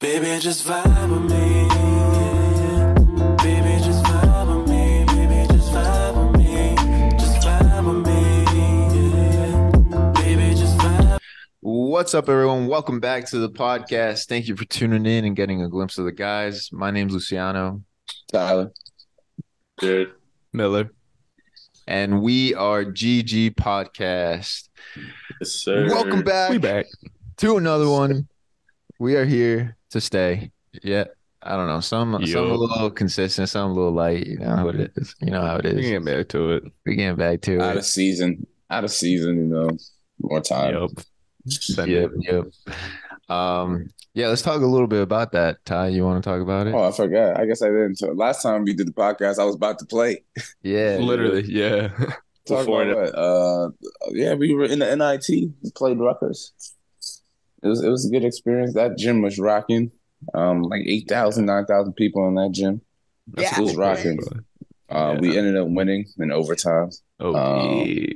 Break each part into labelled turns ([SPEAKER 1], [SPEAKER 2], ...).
[SPEAKER 1] Baby, just vibe with me. Baby, just vibe with me. Baby, just vibe with me. Just vibe with me. Yeah. Baby, just vibe.
[SPEAKER 2] What's up, everyone? Welcome back to the podcast. Thank you for tuning in and getting a glimpse of the guys. My name's Luciano,
[SPEAKER 3] Tyler.
[SPEAKER 4] Dude,
[SPEAKER 5] Miller.
[SPEAKER 2] and we are GG Podcast.
[SPEAKER 4] yes, sir.
[SPEAKER 2] Welcome back,
[SPEAKER 5] We back.
[SPEAKER 2] to another one. We are here to stay. Yeah, I don't know. Some some a
[SPEAKER 5] Yo.
[SPEAKER 2] little consistent, some a little light. You know how it is. You know how it
[SPEAKER 5] We
[SPEAKER 2] is.
[SPEAKER 5] can get back to it.
[SPEAKER 2] We're getting back to
[SPEAKER 3] Out
[SPEAKER 2] it.
[SPEAKER 3] of season. Out of season, you know. More time.
[SPEAKER 5] Yup. Send
[SPEAKER 2] Yep,
[SPEAKER 5] it.
[SPEAKER 2] yep. Um, yeah, let's talk a little bit about that. Ty, you want to talk about it?
[SPEAKER 3] Oh, I forgot. I guess I didn't. So last time we did the podcast, I was about to play.
[SPEAKER 2] yeah,
[SPEAKER 5] Literally, yeah.
[SPEAKER 3] Talk
[SPEAKER 4] Before
[SPEAKER 3] about what? Uh, yeah, we were in the NIT. We played Rutgers. It was it was a good experience. That gym was rocking. Um, like 8,000, 9,000 people in that gym.
[SPEAKER 5] That's
[SPEAKER 3] It was rocking. Uh,
[SPEAKER 5] Yeah.
[SPEAKER 3] We ended up winning in overtime.
[SPEAKER 5] Oh,
[SPEAKER 3] Um,
[SPEAKER 5] yeah.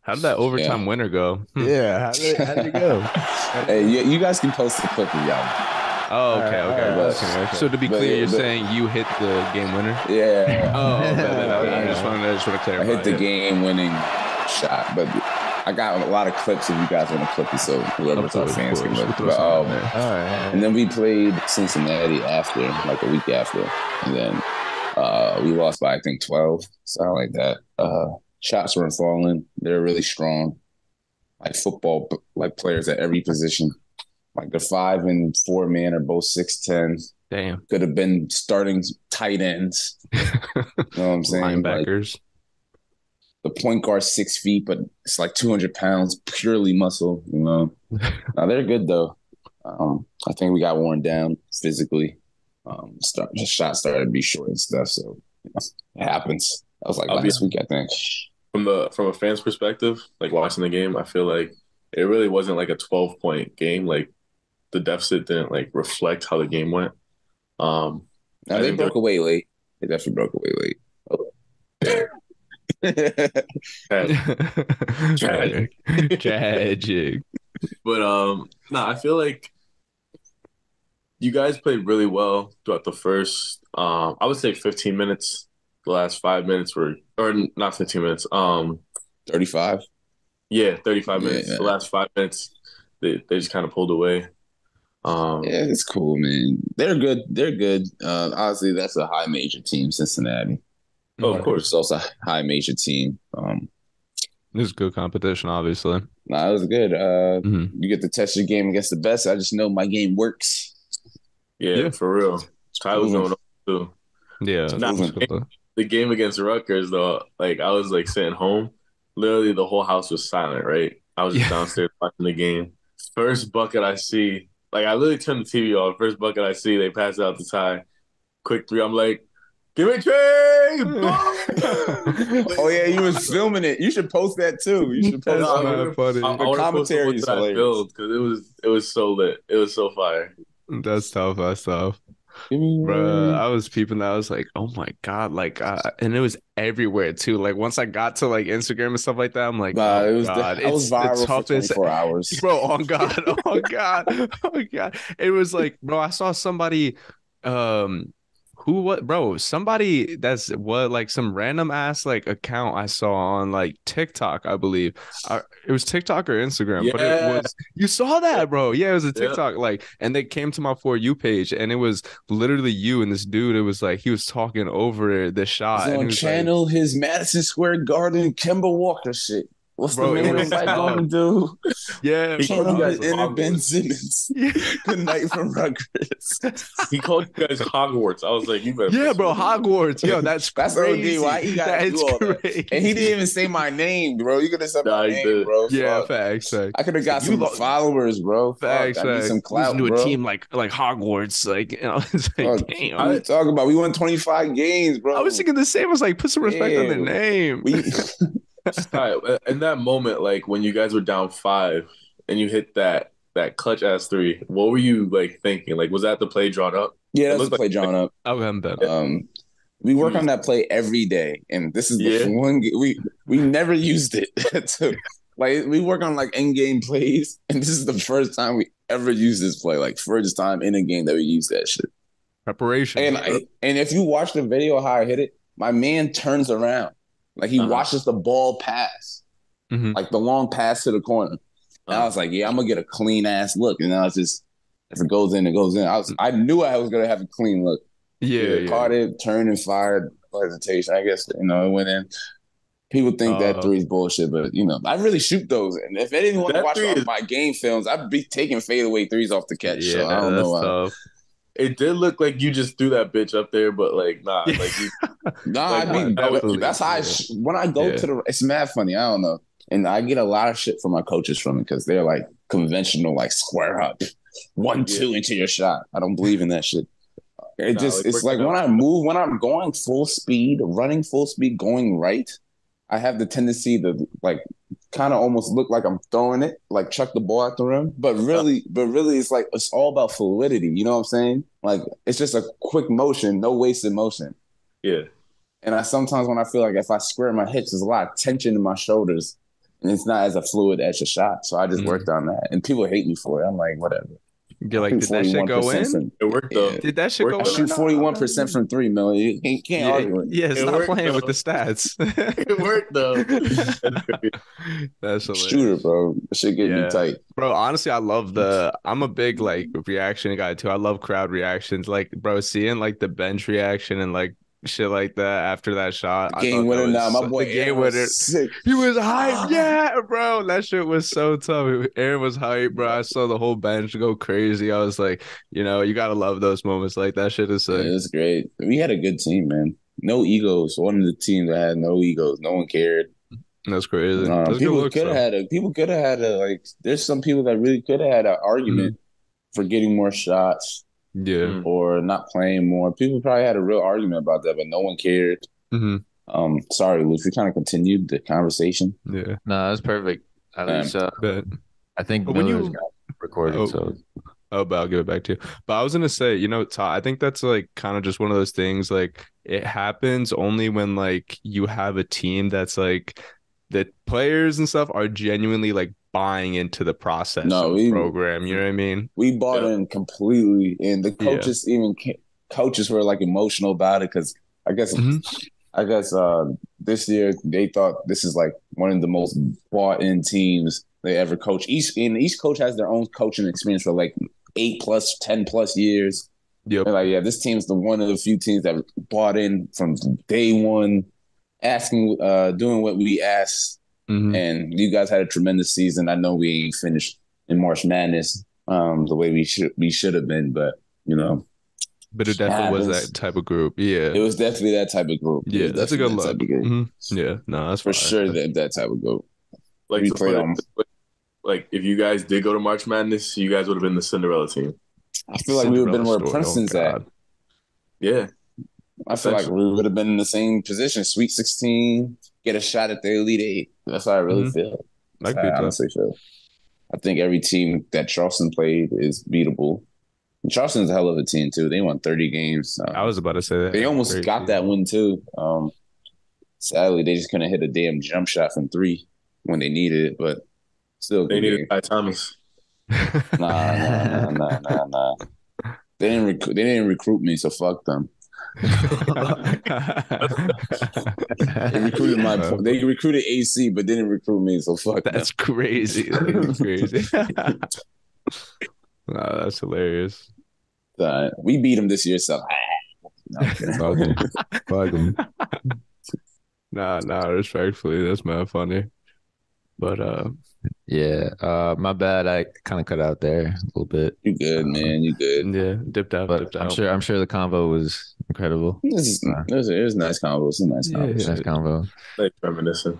[SPEAKER 5] How did that overtime winner go? Hmm.
[SPEAKER 2] Yeah, how did, how did it go?
[SPEAKER 3] Hey, you, you guys can post the clip of y'all.
[SPEAKER 5] Oh, okay,
[SPEAKER 2] Alright,
[SPEAKER 5] okay.
[SPEAKER 3] alright,
[SPEAKER 5] okay,
[SPEAKER 3] but-
[SPEAKER 5] okay. So to be
[SPEAKER 3] but-
[SPEAKER 5] clear, you're
[SPEAKER 3] but-
[SPEAKER 5] saying you hit the game winner.
[SPEAKER 3] Yeah.
[SPEAKER 5] Oh, okay, then I, I
[SPEAKER 3] Yeah.
[SPEAKER 5] just want to just want to
[SPEAKER 3] I
[SPEAKER 5] clarify.
[SPEAKER 3] hit the
[SPEAKER 5] yeah.
[SPEAKER 3] game winning shot, but I got a lot of clips if you guys want to clip it so
[SPEAKER 5] Of
[SPEAKER 3] whoever's our
[SPEAKER 5] course, of
[SPEAKER 3] fans can
[SPEAKER 5] course.
[SPEAKER 3] look.
[SPEAKER 5] We'll throw
[SPEAKER 3] But, um,
[SPEAKER 5] something in there.
[SPEAKER 2] All right.
[SPEAKER 3] and then we played Cincinnati after, like a week after. And then uh, we lost by, I think, 12, something like that. Uh, shots weren't falling. They're really strong, like football, like players at every position. Like the five and four man are both 6'10,
[SPEAKER 5] Damn,
[SPEAKER 3] could have been starting tight ends. You know what I'm saying? Like,
[SPEAKER 5] linebackers.
[SPEAKER 3] the point guard six feet, but it's like 200 pounds, purely muscle. You know, now they're good though. Um, I think we got worn down physically. Um, start, the shot started to be short and stuff, so you know, it happens. I was like
[SPEAKER 4] I'll be-
[SPEAKER 3] last week, I think.
[SPEAKER 4] From the from a fan's perspective, like watching the game, I feel like it really wasn't like a twelve point game. Like the deficit didn't like reflect how the game went. Um,
[SPEAKER 3] Now
[SPEAKER 4] I
[SPEAKER 3] they
[SPEAKER 4] think
[SPEAKER 3] broke away late. They definitely broke away late. Oh.
[SPEAKER 4] had-
[SPEAKER 5] Tragic. Tragic.
[SPEAKER 4] But um, no, I feel like you guys played really well throughout the first. Um, I would say 15 minutes. The last five minutes were, or not 15 minutes. Um,
[SPEAKER 3] 35.
[SPEAKER 4] yeah, 35 minutes.
[SPEAKER 3] Yeah.
[SPEAKER 4] The last five minutes, they they just kind of pulled away. Um,
[SPEAKER 3] Yeah, it's cool, man. They're good. They're good. Uh, honestly, that's a high major team, Cincinnati.
[SPEAKER 4] oh, of
[SPEAKER 3] It's
[SPEAKER 4] course.
[SPEAKER 3] also a high major team. Um,
[SPEAKER 5] This is good competition, obviously.
[SPEAKER 3] Nah, it was good. Uh,
[SPEAKER 5] Mhm.
[SPEAKER 3] You get to test your game against the best. I just know my game works.
[SPEAKER 4] Yeah,
[SPEAKER 5] Yeah.
[SPEAKER 4] for real. Tyler's
[SPEAKER 3] Moving.
[SPEAKER 4] going on too.
[SPEAKER 5] Yeah.
[SPEAKER 4] Nah,
[SPEAKER 5] that's good, though.
[SPEAKER 4] The game against Rutgers, though, like I was like sitting home. Literally, the whole house was silent. Right, I was just
[SPEAKER 5] Yeah.
[SPEAKER 4] downstairs watching the game. First bucket I see, like I literally turned the TV off. First bucket I see, they pass it out to Ty. Quick three, I'm like, give me Trey. Boom!
[SPEAKER 3] Oh yeah, you was filming it. You should post that too. You should post
[SPEAKER 4] That's
[SPEAKER 3] that.
[SPEAKER 4] not
[SPEAKER 3] on-
[SPEAKER 5] funny.
[SPEAKER 4] I- I
[SPEAKER 3] The
[SPEAKER 4] wanna post
[SPEAKER 3] commentary
[SPEAKER 4] what
[SPEAKER 3] is
[SPEAKER 4] Ty
[SPEAKER 3] hilarious.
[SPEAKER 4] built, 'cause it was it was so lit. It was so fire.
[SPEAKER 5] That's tough. That's tough.
[SPEAKER 3] Mm.
[SPEAKER 5] Bruh, I was peeping that. I was like, oh my God. Like, uh, and it was everywhere too. Like, once I got to like Instagram and stuff like that, I'm like,
[SPEAKER 3] Nah,
[SPEAKER 5] oh
[SPEAKER 3] it was.
[SPEAKER 5] God,
[SPEAKER 3] I was
[SPEAKER 5] it's the
[SPEAKER 3] viral for
[SPEAKER 5] toughest
[SPEAKER 3] 24 hours.
[SPEAKER 5] bro on god oh god oh god it was like bro i saw somebody um who what bro somebody that's what like some random ass like account i saw on like tiktok i believe I, it was tiktok or instagram but it
[SPEAKER 4] Yeah.
[SPEAKER 5] was you saw that bro yeah it was a
[SPEAKER 4] Yeah.
[SPEAKER 5] tiktok like and they came to my for you page and it was literally you and this dude it was like he was talking over the
[SPEAKER 3] He's
[SPEAKER 5] shot and he
[SPEAKER 3] on
[SPEAKER 5] was like-
[SPEAKER 3] channel his Madison Square Garden Kemba Walker shit. What's
[SPEAKER 5] Bro,
[SPEAKER 3] the name
[SPEAKER 5] it
[SPEAKER 3] of the
[SPEAKER 5] was
[SPEAKER 3] fight going to do?
[SPEAKER 5] yeah
[SPEAKER 4] He
[SPEAKER 3] Channel
[SPEAKER 4] called you guys
[SPEAKER 3] the inner
[SPEAKER 4] Hogwarts.
[SPEAKER 3] Ben Simmons.
[SPEAKER 5] yeah
[SPEAKER 3] Good night from Rutgers.
[SPEAKER 4] He called you guys Hogwarts. I was like, you better.
[SPEAKER 5] yeah bro hogwarts yo that's
[SPEAKER 3] That's OD.
[SPEAKER 5] crazy.
[SPEAKER 3] Why he gotta
[SPEAKER 5] That
[SPEAKER 3] do
[SPEAKER 5] is
[SPEAKER 3] all that?
[SPEAKER 5] crazy.
[SPEAKER 3] And he didn't even say my name, bro. You could have said
[SPEAKER 4] Nah,
[SPEAKER 3] my
[SPEAKER 4] he
[SPEAKER 3] name,
[SPEAKER 4] did.
[SPEAKER 3] bro.
[SPEAKER 5] Yeah,
[SPEAKER 3] Fuck.
[SPEAKER 5] facts, facts.
[SPEAKER 3] I could have got
[SPEAKER 5] You
[SPEAKER 3] some
[SPEAKER 5] lost-
[SPEAKER 3] followers, bro. Fuck,
[SPEAKER 5] Facts,
[SPEAKER 3] I need
[SPEAKER 5] facts.
[SPEAKER 3] some clout,
[SPEAKER 5] Losing to
[SPEAKER 3] bro.
[SPEAKER 5] a team like like Hogwarts, like you know, it's like
[SPEAKER 3] Fuck.
[SPEAKER 5] damn.
[SPEAKER 3] What are you
[SPEAKER 5] I,
[SPEAKER 3] talking about? We won 25 games, bro.
[SPEAKER 5] was thinking the same. I was like, put some respect on the
[SPEAKER 3] Yeah.
[SPEAKER 5] name.
[SPEAKER 3] we,
[SPEAKER 4] Ty, uh, in that moment, like when you guys were down five and you hit that that clutch ass three, what were you like thinking? Like, was that the play drawn up?
[SPEAKER 3] yeah,
[SPEAKER 4] It
[SPEAKER 3] that's
[SPEAKER 4] looked
[SPEAKER 3] the play
[SPEAKER 4] like-
[SPEAKER 3] drawn up.
[SPEAKER 5] okay, I'm done.
[SPEAKER 3] Um, we work
[SPEAKER 5] Mm.
[SPEAKER 3] on that play every day, and this is the
[SPEAKER 4] Yeah.
[SPEAKER 3] one g- we we never used it. to, like we work on like end game plays, and this is the first time we ever used this play. Like first time in a game that we used that shit.
[SPEAKER 5] Preparation.
[SPEAKER 3] And I, and if you watch the video how I hit it, my man turns around. Like he
[SPEAKER 4] Uh-huh.
[SPEAKER 3] watches the ball pass.
[SPEAKER 5] Mhm.
[SPEAKER 3] Like the long pass to the corner. And I was like, yeah, I'm gonna get a clean ass look. And I was just if it goes in, it goes in. I was I knew I was gonna have a clean look.
[SPEAKER 5] yeah,
[SPEAKER 3] Yeah,
[SPEAKER 5] yeah.
[SPEAKER 3] caught it, turned and fired hesitation. I guess you know it went in. People think
[SPEAKER 5] Uh,
[SPEAKER 3] that three's bullshit, but you know I really shoot those. And if anyone
[SPEAKER 4] That
[SPEAKER 3] watched
[SPEAKER 4] three
[SPEAKER 3] all
[SPEAKER 4] is-
[SPEAKER 3] my game films, I'd be taking fadeaway threes off the catch.
[SPEAKER 5] Yeah,
[SPEAKER 3] so I don't
[SPEAKER 5] that's
[SPEAKER 3] know. Why.
[SPEAKER 5] tough.
[SPEAKER 4] It did look like you just threw that bitch up there, but like nah, like you,
[SPEAKER 3] Nah,
[SPEAKER 4] Like,
[SPEAKER 3] I mean
[SPEAKER 5] that was-
[SPEAKER 3] that's how I sh- when I go
[SPEAKER 5] Yeah.
[SPEAKER 3] to the. It's mad funny. I don't know, and I get a lot of shit from my coaches from it because they're like conventional, like square up, one
[SPEAKER 4] Yeah.
[SPEAKER 3] two into your shot. I don't believe in that shit. It
[SPEAKER 4] Nah,
[SPEAKER 3] just
[SPEAKER 4] like,
[SPEAKER 3] it's
[SPEAKER 4] work
[SPEAKER 3] like
[SPEAKER 4] it out.
[SPEAKER 3] when I move, when I'm going full speed, running full speed, going right, I have the tendency to like kind of almost look like I'm throwing it, like chuck the ball at the rim. But really, but really, it's like it's all about fluidity. You know what I'm saying? Like it's just a quick motion, no wasted motion.
[SPEAKER 4] yeah.
[SPEAKER 3] And I sometimes when I feel like if I square my hips, there's a lot of tension in my shoulders, and it's not as a fluid as a shot. So I just
[SPEAKER 5] Mhm.
[SPEAKER 3] worked on that, and people hate me for it. I'm like, whatever.
[SPEAKER 5] You're like, did that shit go
[SPEAKER 3] 41%
[SPEAKER 5] in?
[SPEAKER 3] From,
[SPEAKER 4] It worked though.
[SPEAKER 3] Yeah.
[SPEAKER 5] Did that shit
[SPEAKER 4] We're-
[SPEAKER 5] go
[SPEAKER 3] I
[SPEAKER 5] in? or
[SPEAKER 3] shoot
[SPEAKER 5] not?
[SPEAKER 3] 41 percent from three, Miller. You can't, can't argue
[SPEAKER 5] Yeah,
[SPEAKER 3] with. it.
[SPEAKER 5] yeah,
[SPEAKER 4] It
[SPEAKER 5] stop
[SPEAKER 4] worked,
[SPEAKER 5] playing with
[SPEAKER 4] though.
[SPEAKER 5] the stats.
[SPEAKER 4] It worked though. That's crazy.
[SPEAKER 5] That's hilarious.
[SPEAKER 3] Shooter, bro. That Shit get
[SPEAKER 5] Yeah.
[SPEAKER 3] me tight.
[SPEAKER 5] Bro, honestly, I love the. I'm a big like reaction guy too. I love crowd reactions. Like, bro, seeing like the bench reaction and like shit like that after that shot. I
[SPEAKER 3] Game
[SPEAKER 5] thought that
[SPEAKER 3] winner
[SPEAKER 5] was
[SPEAKER 3] now.
[SPEAKER 5] so-
[SPEAKER 3] My boy
[SPEAKER 5] the game
[SPEAKER 3] Aaron was
[SPEAKER 5] winner.
[SPEAKER 3] Sick.
[SPEAKER 5] He was hype, yeah, bro. That shit was so tough. Aaron was hype, bro. I saw the whole bench go crazy. I was like, you know, you gotta love those moments. Like that shit is
[SPEAKER 3] Yeah,
[SPEAKER 5] sick.
[SPEAKER 3] it was great. We had a good team, man. No egos. One of the teams that had no egos. No one cared.
[SPEAKER 5] That's crazy.
[SPEAKER 3] Nah,
[SPEAKER 5] That's good
[SPEAKER 3] people
[SPEAKER 5] looks.
[SPEAKER 3] could have
[SPEAKER 5] though.
[SPEAKER 3] had a people could have had a like. There's some people that really could have had an argument
[SPEAKER 5] Mm-hmm.
[SPEAKER 3] for getting more shots
[SPEAKER 5] Yeah.
[SPEAKER 4] Mm.
[SPEAKER 3] or not playing more. People probably had a real argument about that, but no one cared.
[SPEAKER 5] hmm
[SPEAKER 3] Um, sorry, Luke. We kind of continued the conversation.
[SPEAKER 5] Mm-hmm. Yeah.
[SPEAKER 2] No, that's perfect. At
[SPEAKER 3] Um,
[SPEAKER 2] least uh,
[SPEAKER 5] But
[SPEAKER 2] I think
[SPEAKER 5] but when
[SPEAKER 2] Miller's
[SPEAKER 5] you-
[SPEAKER 2] got it recorded.
[SPEAKER 5] Oh.
[SPEAKER 2] So
[SPEAKER 5] Oh, but I'll give it back to you. But I was gonna say, you know, Todd, I think that's like kind of just one of those things. Like it happens only when like you have a team that's like the players and stuff are genuinely like buying into the process
[SPEAKER 3] No,
[SPEAKER 5] of
[SPEAKER 3] we-
[SPEAKER 5] the program. You know what I mean?
[SPEAKER 3] We bought
[SPEAKER 4] Yeah.
[SPEAKER 3] in completely, and the
[SPEAKER 5] Yeah.
[SPEAKER 3] coaches even ca- coaches were like emotional about it because I guess
[SPEAKER 5] Mhm.
[SPEAKER 3] I guess uh, this year they thought this is like one of the most bought in teams they ever coach. Each and each coach has their own coaching experience for like eight plus, ten plus years.
[SPEAKER 5] Yep.
[SPEAKER 3] They're like, yeah, this team's the one of the few teams that bought in from day one, asking, uh, doing what we asked.
[SPEAKER 5] Mhm.
[SPEAKER 3] And you guys had a tremendous season. I know we ain't finished in March Madness um, the way we should we should have been, but you know,
[SPEAKER 5] But it definitely was
[SPEAKER 3] happens.
[SPEAKER 5] that type of group. Yeah.
[SPEAKER 3] it was definitely that type of group. It
[SPEAKER 5] Yeah,
[SPEAKER 3] was
[SPEAKER 5] that's a
[SPEAKER 3] definitely that
[SPEAKER 5] good look.
[SPEAKER 3] type of group.
[SPEAKER 5] Mhm. Yeah. No, that's
[SPEAKER 3] For
[SPEAKER 5] fire.
[SPEAKER 3] sure, that that type of group.
[SPEAKER 4] Like
[SPEAKER 3] We
[SPEAKER 4] to
[SPEAKER 3] played
[SPEAKER 4] put it
[SPEAKER 3] them.
[SPEAKER 4] this way, like if you guys did go to March Madness, you guys would have been the Cinderella team.
[SPEAKER 3] I feel like we would have been where
[SPEAKER 5] Cinderella story. Oh,
[SPEAKER 3] Princeton's at.
[SPEAKER 5] God.
[SPEAKER 4] Yeah.
[SPEAKER 3] I feel like we would have been in the same position, Sweet 16, get a shot at the Elite Eight. That's how I really
[SPEAKER 5] Mhm.
[SPEAKER 3] feel.
[SPEAKER 5] That
[SPEAKER 3] That's
[SPEAKER 5] could
[SPEAKER 3] how
[SPEAKER 5] be
[SPEAKER 3] I
[SPEAKER 5] tough.
[SPEAKER 3] honestly feel. I think every team that Charleston played is beatable. And Charleston's a hell of a team, too. They won 30 games. Um,
[SPEAKER 5] I was about to say that.
[SPEAKER 3] they almost
[SPEAKER 5] Crazy.
[SPEAKER 3] got that win, too. Um, sadly, they just couldn't hit a damn jump shot from three when they needed it, but still,
[SPEAKER 4] They
[SPEAKER 3] good
[SPEAKER 4] needed
[SPEAKER 3] game.
[SPEAKER 4] Ty Thomas.
[SPEAKER 3] Nah, nah, nah, nah, nah, nah. They didn't, recruit. they didn't recruit me, so fuck them. They recruited my.
[SPEAKER 5] Uh,
[SPEAKER 3] They recruited AC, but didn't recruit me. So fuck that.
[SPEAKER 5] That's crazy. That's crazy. Nah, that's hilarious.
[SPEAKER 3] Uh, we beat them this year, so ah, No, I'm kidding.
[SPEAKER 6] Fuck 'em. Fuck 'em.
[SPEAKER 5] Nah, nah, respectfully, that's mad funny. But uh
[SPEAKER 2] yeah, uh, my bad. I kind of cut out there a little bit,
[SPEAKER 3] you good,
[SPEAKER 5] Uh-huh.
[SPEAKER 3] man. You good.
[SPEAKER 5] yeah, dipped out,
[SPEAKER 2] but
[SPEAKER 5] dipped
[SPEAKER 2] I'm
[SPEAKER 5] out.
[SPEAKER 2] sure I'm sure the convo was incredible.
[SPEAKER 3] This is it was, it was a nice convo. It was a nice
[SPEAKER 5] Yeah,
[SPEAKER 3] convo.
[SPEAKER 5] yeah.
[SPEAKER 2] Nice convo.
[SPEAKER 4] Like reminiscent.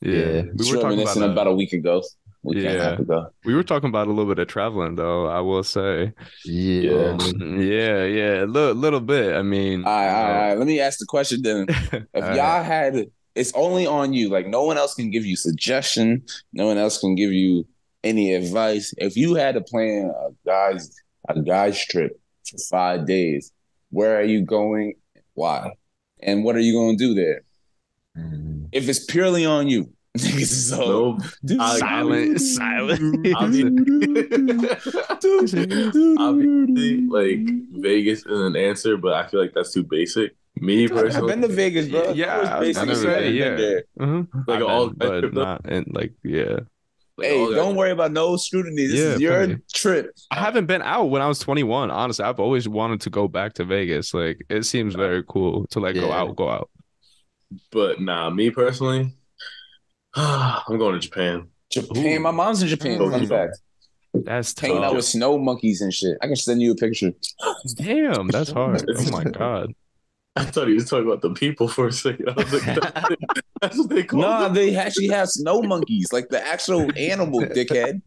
[SPEAKER 5] yeah.
[SPEAKER 2] yeah.
[SPEAKER 5] We were talking about, uh,
[SPEAKER 3] reminiscent about,
[SPEAKER 5] that.
[SPEAKER 3] a week ago. Week and a half
[SPEAKER 5] Yeah.
[SPEAKER 3] ago.
[SPEAKER 5] we were talking about a little bit of traveling though, I will say.
[SPEAKER 2] Yeah.
[SPEAKER 5] Mm-hmm. yeah, yeah. A little, little bit. I mean uh,
[SPEAKER 3] All right, all right, all right. Let me ask the question then. If
[SPEAKER 5] All right.
[SPEAKER 3] y'all had, it's only on you. Like no one else can give you suggestion. No one else can give you any advice. If you had to plan a guys a guys trip for five days, where are you going? Why? And what are you going to do there?
[SPEAKER 2] Mm.
[SPEAKER 3] If it's purely on you, Niggas is all
[SPEAKER 4] No, I-
[SPEAKER 5] silent, silent.
[SPEAKER 4] I mean, obviously, like Vegas is an answer, but I feel like that's too basic. Me
[SPEAKER 3] I've
[SPEAKER 4] personally,
[SPEAKER 3] been to Vegas, bro.
[SPEAKER 5] Yeah,
[SPEAKER 3] Of course,
[SPEAKER 5] I was
[SPEAKER 3] basically,
[SPEAKER 2] gonna
[SPEAKER 5] say,
[SPEAKER 3] I've been
[SPEAKER 5] yeah.
[SPEAKER 3] there.
[SPEAKER 5] Mhm.
[SPEAKER 4] like
[SPEAKER 5] I've
[SPEAKER 4] all,
[SPEAKER 5] been, but not and like yeah.
[SPEAKER 4] like,
[SPEAKER 3] Hey,
[SPEAKER 4] all that-
[SPEAKER 3] don't worry about no scrutiny. This
[SPEAKER 5] Yeah,
[SPEAKER 3] is your
[SPEAKER 5] plenty.
[SPEAKER 3] trip.
[SPEAKER 5] I haven't been out when I was 21. Honestly, I've always wanted to go back to Vegas. Like it seems very cool to like go
[SPEAKER 2] Yeah.
[SPEAKER 5] out, go out.
[SPEAKER 4] But nah, me personally, I'm going to Japan.
[SPEAKER 3] Japan.
[SPEAKER 2] Ooh.
[SPEAKER 3] My mom's in Japan.
[SPEAKER 4] Ooh.
[SPEAKER 3] Fun fact.
[SPEAKER 5] That's
[SPEAKER 3] Hanging
[SPEAKER 5] tough.
[SPEAKER 3] out with snow monkeys and shit. I can send you a picture.
[SPEAKER 5] Damn, that's hard. Oh my god.
[SPEAKER 4] I thought he was talking about the people for a second. I was like, that's what they call.
[SPEAKER 3] No,
[SPEAKER 4] them.
[SPEAKER 3] they actually have snow monkeys, like the actual animal, dickhead.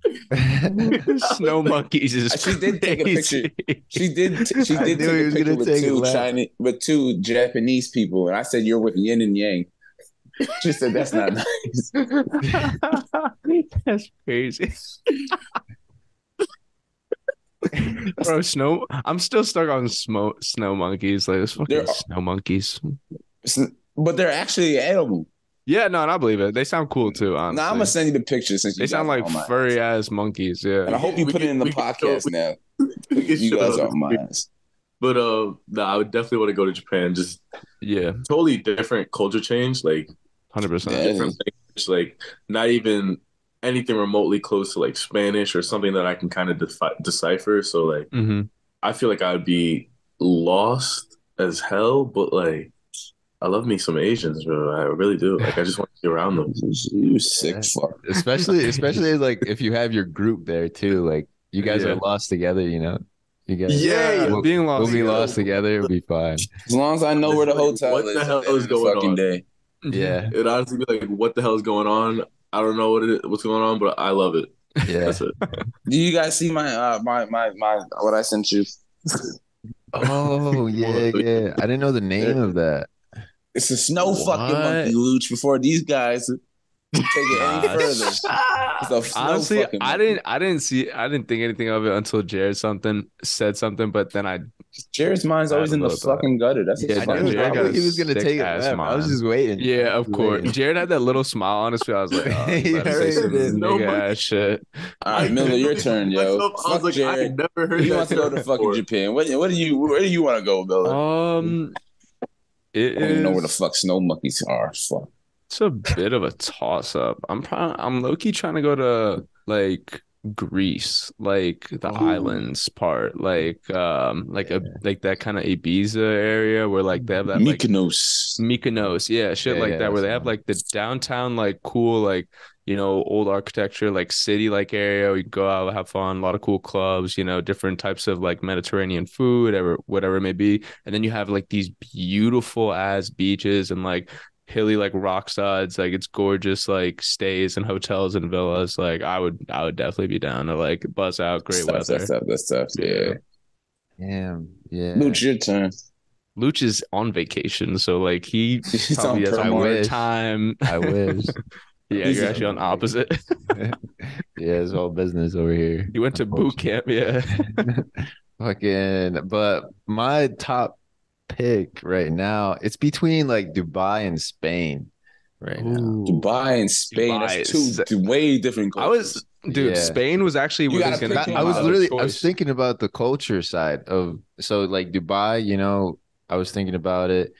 [SPEAKER 5] Snow monkeys is
[SPEAKER 3] She did take a
[SPEAKER 5] crazy.
[SPEAKER 3] She did. She
[SPEAKER 2] I
[SPEAKER 3] did
[SPEAKER 2] knew he
[SPEAKER 3] take
[SPEAKER 2] was gonna
[SPEAKER 3] a picture with
[SPEAKER 2] take a
[SPEAKER 3] two
[SPEAKER 2] laugh.
[SPEAKER 3] Chinese, with two Japanese people, and I said, "You're with yin and yang." She said, "That's not nice."
[SPEAKER 5] That's crazy. Bro, snow. I'm still stuck on snow snow monkeys. Like those fucking
[SPEAKER 3] There are-
[SPEAKER 5] snow monkeys.
[SPEAKER 3] But they're actually animal.
[SPEAKER 5] Yeah, no, and I believe it. They sound cool too. Honestly,
[SPEAKER 3] Now I'm gonna send you the picture since you
[SPEAKER 5] they sound
[SPEAKER 3] guys
[SPEAKER 5] like
[SPEAKER 3] are mine.
[SPEAKER 5] furry ass monkeys.
[SPEAKER 3] And
[SPEAKER 5] Yeah.
[SPEAKER 3] I hope you
[SPEAKER 4] We
[SPEAKER 3] put it
[SPEAKER 4] can-
[SPEAKER 3] in the
[SPEAKER 4] we can
[SPEAKER 3] podcast
[SPEAKER 4] show-
[SPEAKER 3] now.
[SPEAKER 4] It
[SPEAKER 3] You guys
[SPEAKER 4] shows.
[SPEAKER 3] are mine.
[SPEAKER 4] But uh, no, I would definitely want to go to Japan. Just
[SPEAKER 5] Yeah.
[SPEAKER 4] totally different culture change, like
[SPEAKER 5] Hundred
[SPEAKER 3] Yeah.
[SPEAKER 5] percent.
[SPEAKER 4] different language, like not even anything remotely close to like Spanish or something that I can kind of defi- decipher. So like,
[SPEAKER 5] hmm
[SPEAKER 4] I feel like I'd be lost as hell. But like, I love me some Asians, bro. I really do. Like, I just want to be around them.
[SPEAKER 3] You sick
[SPEAKER 2] Yeah.
[SPEAKER 3] fuck.
[SPEAKER 2] especially especially like if you have your group there too like you guys
[SPEAKER 5] Yeah.
[SPEAKER 2] are lost together you know you guys
[SPEAKER 4] Yeah,
[SPEAKER 2] we'll,
[SPEAKER 5] being lost.
[SPEAKER 2] we'll be
[SPEAKER 5] together.
[SPEAKER 2] lost together it'll be fine
[SPEAKER 3] As long as I know where the
[SPEAKER 4] What
[SPEAKER 3] hotel
[SPEAKER 4] the
[SPEAKER 3] is, at
[SPEAKER 4] hell
[SPEAKER 3] end
[SPEAKER 4] is
[SPEAKER 3] of the
[SPEAKER 4] going
[SPEAKER 3] fucking
[SPEAKER 4] on?
[SPEAKER 3] Day.
[SPEAKER 2] yeah
[SPEAKER 4] It'd honestly be like, what the hell is going on? I don't know what it is, what's going on, but I love it.
[SPEAKER 2] yeah
[SPEAKER 4] That's it.
[SPEAKER 3] Do you guys see my uh, my my my what I sent you?
[SPEAKER 2] oh yeah yeah i didn't know the name of that
[SPEAKER 3] It's a snow fucking
[SPEAKER 5] What?
[SPEAKER 3] monkey looch before these guys take it any
[SPEAKER 5] Nah,
[SPEAKER 3] further. It's a snow
[SPEAKER 5] Honestly,
[SPEAKER 3] fucking
[SPEAKER 5] I
[SPEAKER 3] monkey.
[SPEAKER 5] didn't. I didn't see. I didn't think anything of it until Jared something said something, but then I
[SPEAKER 3] Jared's mind's
[SPEAKER 5] I
[SPEAKER 3] always in the
[SPEAKER 5] love that.
[SPEAKER 3] fucking gutter. That's
[SPEAKER 2] yeah
[SPEAKER 3] yeah,
[SPEAKER 2] i
[SPEAKER 5] fucking
[SPEAKER 2] knew
[SPEAKER 5] Jared
[SPEAKER 2] I knew
[SPEAKER 5] got
[SPEAKER 2] he was gonna
[SPEAKER 5] sick
[SPEAKER 2] take it
[SPEAKER 5] ass
[SPEAKER 2] left. i was
[SPEAKER 5] mind.
[SPEAKER 2] just waiting
[SPEAKER 5] Yeah,
[SPEAKER 2] I
[SPEAKER 5] of
[SPEAKER 2] was
[SPEAKER 5] course.
[SPEAKER 2] waiting.
[SPEAKER 5] Jared had that little smile on his face. I was like, oh,
[SPEAKER 2] He
[SPEAKER 5] he about to
[SPEAKER 2] heard
[SPEAKER 5] say some
[SPEAKER 2] it.
[SPEAKER 4] No
[SPEAKER 5] nigga
[SPEAKER 4] monkey.
[SPEAKER 5] ass shit.
[SPEAKER 3] All right, Miller, your turn, yo.
[SPEAKER 4] Myself, I was
[SPEAKER 3] Fuck
[SPEAKER 4] like, I
[SPEAKER 3] Jared.
[SPEAKER 4] had never heard
[SPEAKER 3] He
[SPEAKER 4] that
[SPEAKER 3] wants to go to
[SPEAKER 4] term
[SPEAKER 3] fucking
[SPEAKER 4] before.
[SPEAKER 3] Japan. What, what do you where do you want to go, Miller?
[SPEAKER 5] Um, it
[SPEAKER 3] I don't even know where the
[SPEAKER 5] is.
[SPEAKER 3] fuck snow monkeys are. Fuck.
[SPEAKER 5] It's a bit of a toss up. I'm probably. I'm low key trying to go to like Greece, like the islands part, like um, like a like that kind of Ibiza area where like they have that like
[SPEAKER 3] Mykonos.
[SPEAKER 5] Mykonos, yeah, shit
[SPEAKER 2] Yeah,
[SPEAKER 5] like
[SPEAKER 2] yeah,
[SPEAKER 5] that, where
[SPEAKER 2] that's
[SPEAKER 5] they
[SPEAKER 2] the
[SPEAKER 5] have
[SPEAKER 2] one.
[SPEAKER 5] like the downtown, like cool, like you know, old architecture, like city, like area. We go out, have fun, a lot of cool clubs, you know, different types of like Mediterranean food, whatever, whatever it may be. And then you have like these beautiful ass beaches and like hilly, like rock sides, like it's gorgeous, like stays and hotels and villas. Like I would, I would definitely be down to like buzz out, great
[SPEAKER 3] Stuff,
[SPEAKER 5] weather.
[SPEAKER 3] That's tough. That's tough. Yeah.
[SPEAKER 2] damn yeah
[SPEAKER 3] Luch, your turn.
[SPEAKER 5] Luch is on vacation, so like he
[SPEAKER 3] He's
[SPEAKER 5] probably
[SPEAKER 3] on
[SPEAKER 5] has
[SPEAKER 2] perm. I
[SPEAKER 5] more
[SPEAKER 2] wish.
[SPEAKER 5] time.
[SPEAKER 2] i wish
[SPEAKER 5] Yeah,
[SPEAKER 3] He's
[SPEAKER 5] you're
[SPEAKER 3] on
[SPEAKER 5] actually on
[SPEAKER 2] vacation.
[SPEAKER 5] opposite.
[SPEAKER 2] yeah it's all business over here
[SPEAKER 5] You went to boot camp, yeah.
[SPEAKER 2] Fucking, but my top pick right now, it's between like Dubai and Spain right now.
[SPEAKER 3] Dubai and Spain.
[SPEAKER 5] Dubai
[SPEAKER 3] That's
[SPEAKER 5] is-
[SPEAKER 3] two d- way different.
[SPEAKER 5] I was, dude.
[SPEAKER 2] Yeah.
[SPEAKER 5] Spain was actually
[SPEAKER 3] You
[SPEAKER 5] what
[SPEAKER 3] gotta
[SPEAKER 5] was gonna.
[SPEAKER 3] pick
[SPEAKER 5] be
[SPEAKER 2] I
[SPEAKER 3] one.
[SPEAKER 5] my
[SPEAKER 2] was
[SPEAKER 5] other
[SPEAKER 2] literally, I was
[SPEAKER 5] choice.
[SPEAKER 2] thinking about the culture side of so like Dubai, you know, I was thinking about it.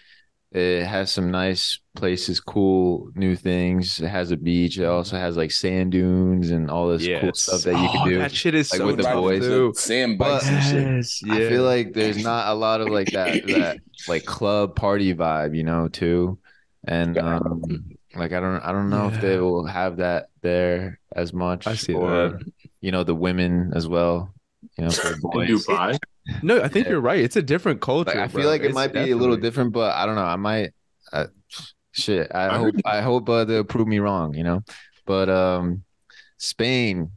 [SPEAKER 2] It has some nice places, cool new things. It has a beach. It also has like sand dunes and all this cool
[SPEAKER 5] Yes.
[SPEAKER 2] stuff that you
[SPEAKER 5] Oh,
[SPEAKER 2] can do.
[SPEAKER 5] That shit is
[SPEAKER 2] like,
[SPEAKER 5] so
[SPEAKER 2] with the
[SPEAKER 5] dope,
[SPEAKER 2] boys.
[SPEAKER 5] too.
[SPEAKER 3] Sam
[SPEAKER 2] But-
[SPEAKER 3] bikes and shit.
[SPEAKER 2] I feel like there's not a lot of like that that like club party vibe, you know, too. And
[SPEAKER 3] Yeah.
[SPEAKER 2] um like I don't I don't know if they
[SPEAKER 5] Yeah.
[SPEAKER 2] will have that there as much.
[SPEAKER 5] I see that.
[SPEAKER 2] you know, the women as well. You know, for the
[SPEAKER 4] In
[SPEAKER 2] boys.
[SPEAKER 4] Dubai.
[SPEAKER 5] No, I think
[SPEAKER 2] Yeah.
[SPEAKER 5] you're right. It's a different culture.
[SPEAKER 2] Like, I feel
[SPEAKER 5] bro.
[SPEAKER 2] like it
[SPEAKER 5] It's
[SPEAKER 2] might be a little
[SPEAKER 5] definitely-
[SPEAKER 2] different, but I don't know. I might uh, shit. I,
[SPEAKER 4] I
[SPEAKER 2] hope I hope uh, they'll prove me wrong, you know. But um Spain,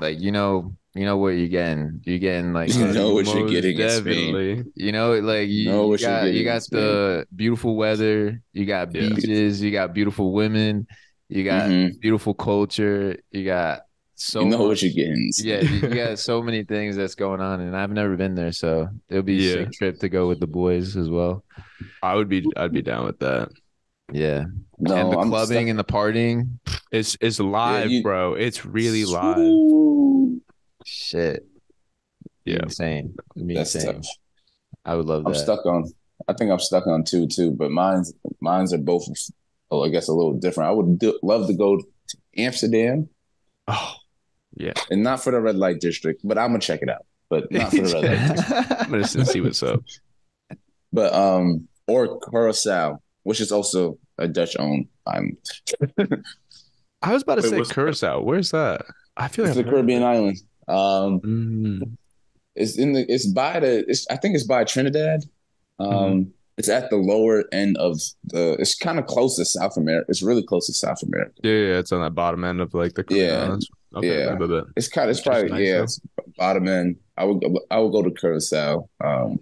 [SPEAKER 2] like you know, you know what you're getting. You're getting like
[SPEAKER 3] You
[SPEAKER 2] uh,
[SPEAKER 3] know what you're
[SPEAKER 5] Most
[SPEAKER 3] getting in Spain.
[SPEAKER 5] definitely.
[SPEAKER 2] you know, like you,
[SPEAKER 3] No,
[SPEAKER 2] you
[SPEAKER 3] we should
[SPEAKER 2] got
[SPEAKER 3] get
[SPEAKER 2] you
[SPEAKER 3] you
[SPEAKER 2] got
[SPEAKER 3] Spain.
[SPEAKER 2] the beautiful weather, you got
[SPEAKER 5] Yeah.
[SPEAKER 2] beaches, you got beautiful women, you got
[SPEAKER 3] Mhm.
[SPEAKER 2] beautiful culture, you got so
[SPEAKER 3] you know
[SPEAKER 2] much-
[SPEAKER 3] what you're getting.
[SPEAKER 2] yeah, you you got so many things that's going on, and I've never been there, so it'll be
[SPEAKER 5] Yeah.
[SPEAKER 2] a sick trip to go with the boys as well.
[SPEAKER 5] I would be. I'd be down with that.
[SPEAKER 2] Yeah.
[SPEAKER 3] No,
[SPEAKER 2] and the
[SPEAKER 3] I'm
[SPEAKER 2] clubbing and the partying.
[SPEAKER 5] It's it's live,
[SPEAKER 3] you-
[SPEAKER 5] bro. It's really
[SPEAKER 3] stuck-
[SPEAKER 5] live.
[SPEAKER 2] Shit.
[SPEAKER 5] Yeah.
[SPEAKER 2] Insane. It'd be
[SPEAKER 3] That's
[SPEAKER 2] insane.
[SPEAKER 3] tough.
[SPEAKER 2] I would love
[SPEAKER 3] I'm
[SPEAKER 2] that.
[SPEAKER 3] stuck on. I think I'm stuck on two too, but mine's mine's are both. Oh, I guess a little different. I would do, love to go to Amsterdam,
[SPEAKER 5] Oh,
[SPEAKER 3] and not for the red light district, but I'm gonna check it out. But not for the red light. district.
[SPEAKER 5] I'm gonna s- see what's up.
[SPEAKER 3] But um, or Curacao, which is also a Dutch owned. I'm
[SPEAKER 5] I was about to
[SPEAKER 4] Wait,
[SPEAKER 5] say
[SPEAKER 4] what's-
[SPEAKER 5] Curacao. Where's that? I feel like
[SPEAKER 3] it's a
[SPEAKER 5] I've heard of
[SPEAKER 3] Caribbean
[SPEAKER 5] it.
[SPEAKER 3] island. Um,
[SPEAKER 5] Mm.
[SPEAKER 3] it's in the it's by the it's I think it's by Trinidad. Um,
[SPEAKER 5] Mm-hmm.
[SPEAKER 3] it's at the lower end of the. It's kind of close to South America. It's really close to South America.
[SPEAKER 5] Yeah, yeah, it's on that bottom end of like the
[SPEAKER 3] Yeah.
[SPEAKER 5] Caribbean islands. Okay,
[SPEAKER 3] Yeah.
[SPEAKER 5] I remember that.
[SPEAKER 3] It's kind. It's
[SPEAKER 5] That's
[SPEAKER 3] probably
[SPEAKER 5] nice,
[SPEAKER 3] yeah.
[SPEAKER 5] though.
[SPEAKER 3] It's bottom end. I would go, I would go to Curacao. Um,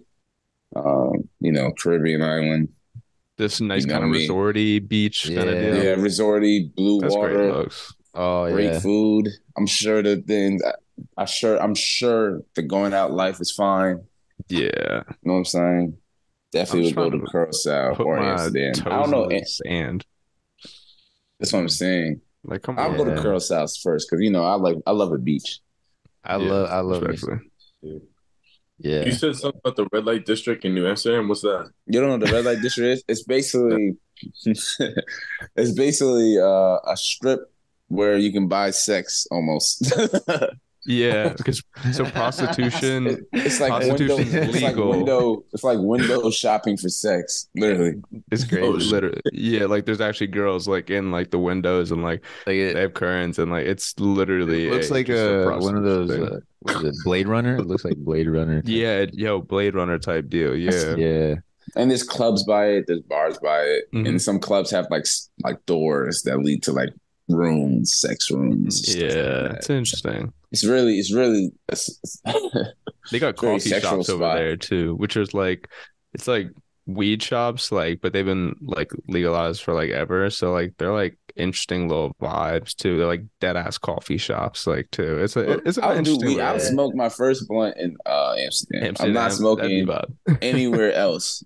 [SPEAKER 3] um, you know, Caribbean island.
[SPEAKER 5] This nice
[SPEAKER 3] know
[SPEAKER 5] kind of
[SPEAKER 3] what I mean?
[SPEAKER 5] resorty beach kind of
[SPEAKER 2] Yeah.
[SPEAKER 5] deal.
[SPEAKER 3] Yeah, resorty, blue
[SPEAKER 5] That's great
[SPEAKER 3] water,
[SPEAKER 5] looks.
[SPEAKER 2] Oh
[SPEAKER 3] great
[SPEAKER 2] yeah.
[SPEAKER 3] food. I'm sure the things. I, I sure. I'm sure the going out life is fine.
[SPEAKER 5] Yeah.
[SPEAKER 3] You know what I'm saying? Definitely
[SPEAKER 5] I'm
[SPEAKER 3] would go
[SPEAKER 5] trying
[SPEAKER 3] to
[SPEAKER 5] to
[SPEAKER 3] Curacao
[SPEAKER 5] Put
[SPEAKER 3] or
[SPEAKER 5] my
[SPEAKER 3] Amsterdam.
[SPEAKER 5] toes
[SPEAKER 3] I don't know.
[SPEAKER 5] in the sand.
[SPEAKER 3] That's what I'm saying.
[SPEAKER 5] Like, come
[SPEAKER 3] I'll
[SPEAKER 5] on.
[SPEAKER 3] go to
[SPEAKER 2] Yeah.
[SPEAKER 3] Curacao first because you know I like I love a beach.
[SPEAKER 2] I
[SPEAKER 5] Yeah,
[SPEAKER 2] love I love me some-
[SPEAKER 5] Respectfully.
[SPEAKER 2] Yeah.
[SPEAKER 4] You said something about the red light district in New Amsterdam. What's that?
[SPEAKER 3] You don't know what the red light district is? It's basically it's basically uh, a strip where you can buy sex almost.
[SPEAKER 5] Yeah, because so prostitution.
[SPEAKER 3] it's like window,
[SPEAKER 5] Prostitution's
[SPEAKER 3] it's like
[SPEAKER 5] legal.
[SPEAKER 3] window, it's like window shopping for sex, literally.
[SPEAKER 5] It's crazy.
[SPEAKER 4] Oh, shit.
[SPEAKER 5] literally. Yeah, like there's actually girls like in like the windows and like
[SPEAKER 2] Like
[SPEAKER 5] they
[SPEAKER 2] it,
[SPEAKER 5] have curtains and like it's literally
[SPEAKER 2] it looks like
[SPEAKER 5] just
[SPEAKER 2] a, one of
[SPEAKER 5] prostitution
[SPEAKER 2] those
[SPEAKER 5] thing.
[SPEAKER 2] uh, what is it, Blade Runner? It looks like Blade Runner.
[SPEAKER 5] yeah, it- yo, Blade Runner type deal. Yeah.
[SPEAKER 2] Yeah.
[SPEAKER 3] And there's clubs by it, there's bars by it,
[SPEAKER 5] Mhm.
[SPEAKER 3] and some clubs have like s- like doors that lead to like rooms, sex rooms. stuff like
[SPEAKER 5] Yeah.
[SPEAKER 3] that.
[SPEAKER 5] It's interesting.
[SPEAKER 3] it's really, it's really. it's-
[SPEAKER 5] They got
[SPEAKER 3] Very
[SPEAKER 5] coffee
[SPEAKER 3] sexual
[SPEAKER 5] shops over
[SPEAKER 3] spot.
[SPEAKER 5] there too, which is like it's like weed shops, like but they've been like legalized for like ever. So like they're like interesting little vibes too. They're like dead ass coffee shops, like too. It's a it's
[SPEAKER 3] I
[SPEAKER 5] an
[SPEAKER 3] would do
[SPEAKER 5] interesting.
[SPEAKER 3] weed. I would
[SPEAKER 5] little-
[SPEAKER 3] smoke my first blunt in uh, Amsterdam. I'm
[SPEAKER 5] Amsterdam,
[SPEAKER 3] not
[SPEAKER 5] that'd
[SPEAKER 3] smoking
[SPEAKER 5] be vibe.
[SPEAKER 3] anywhere else.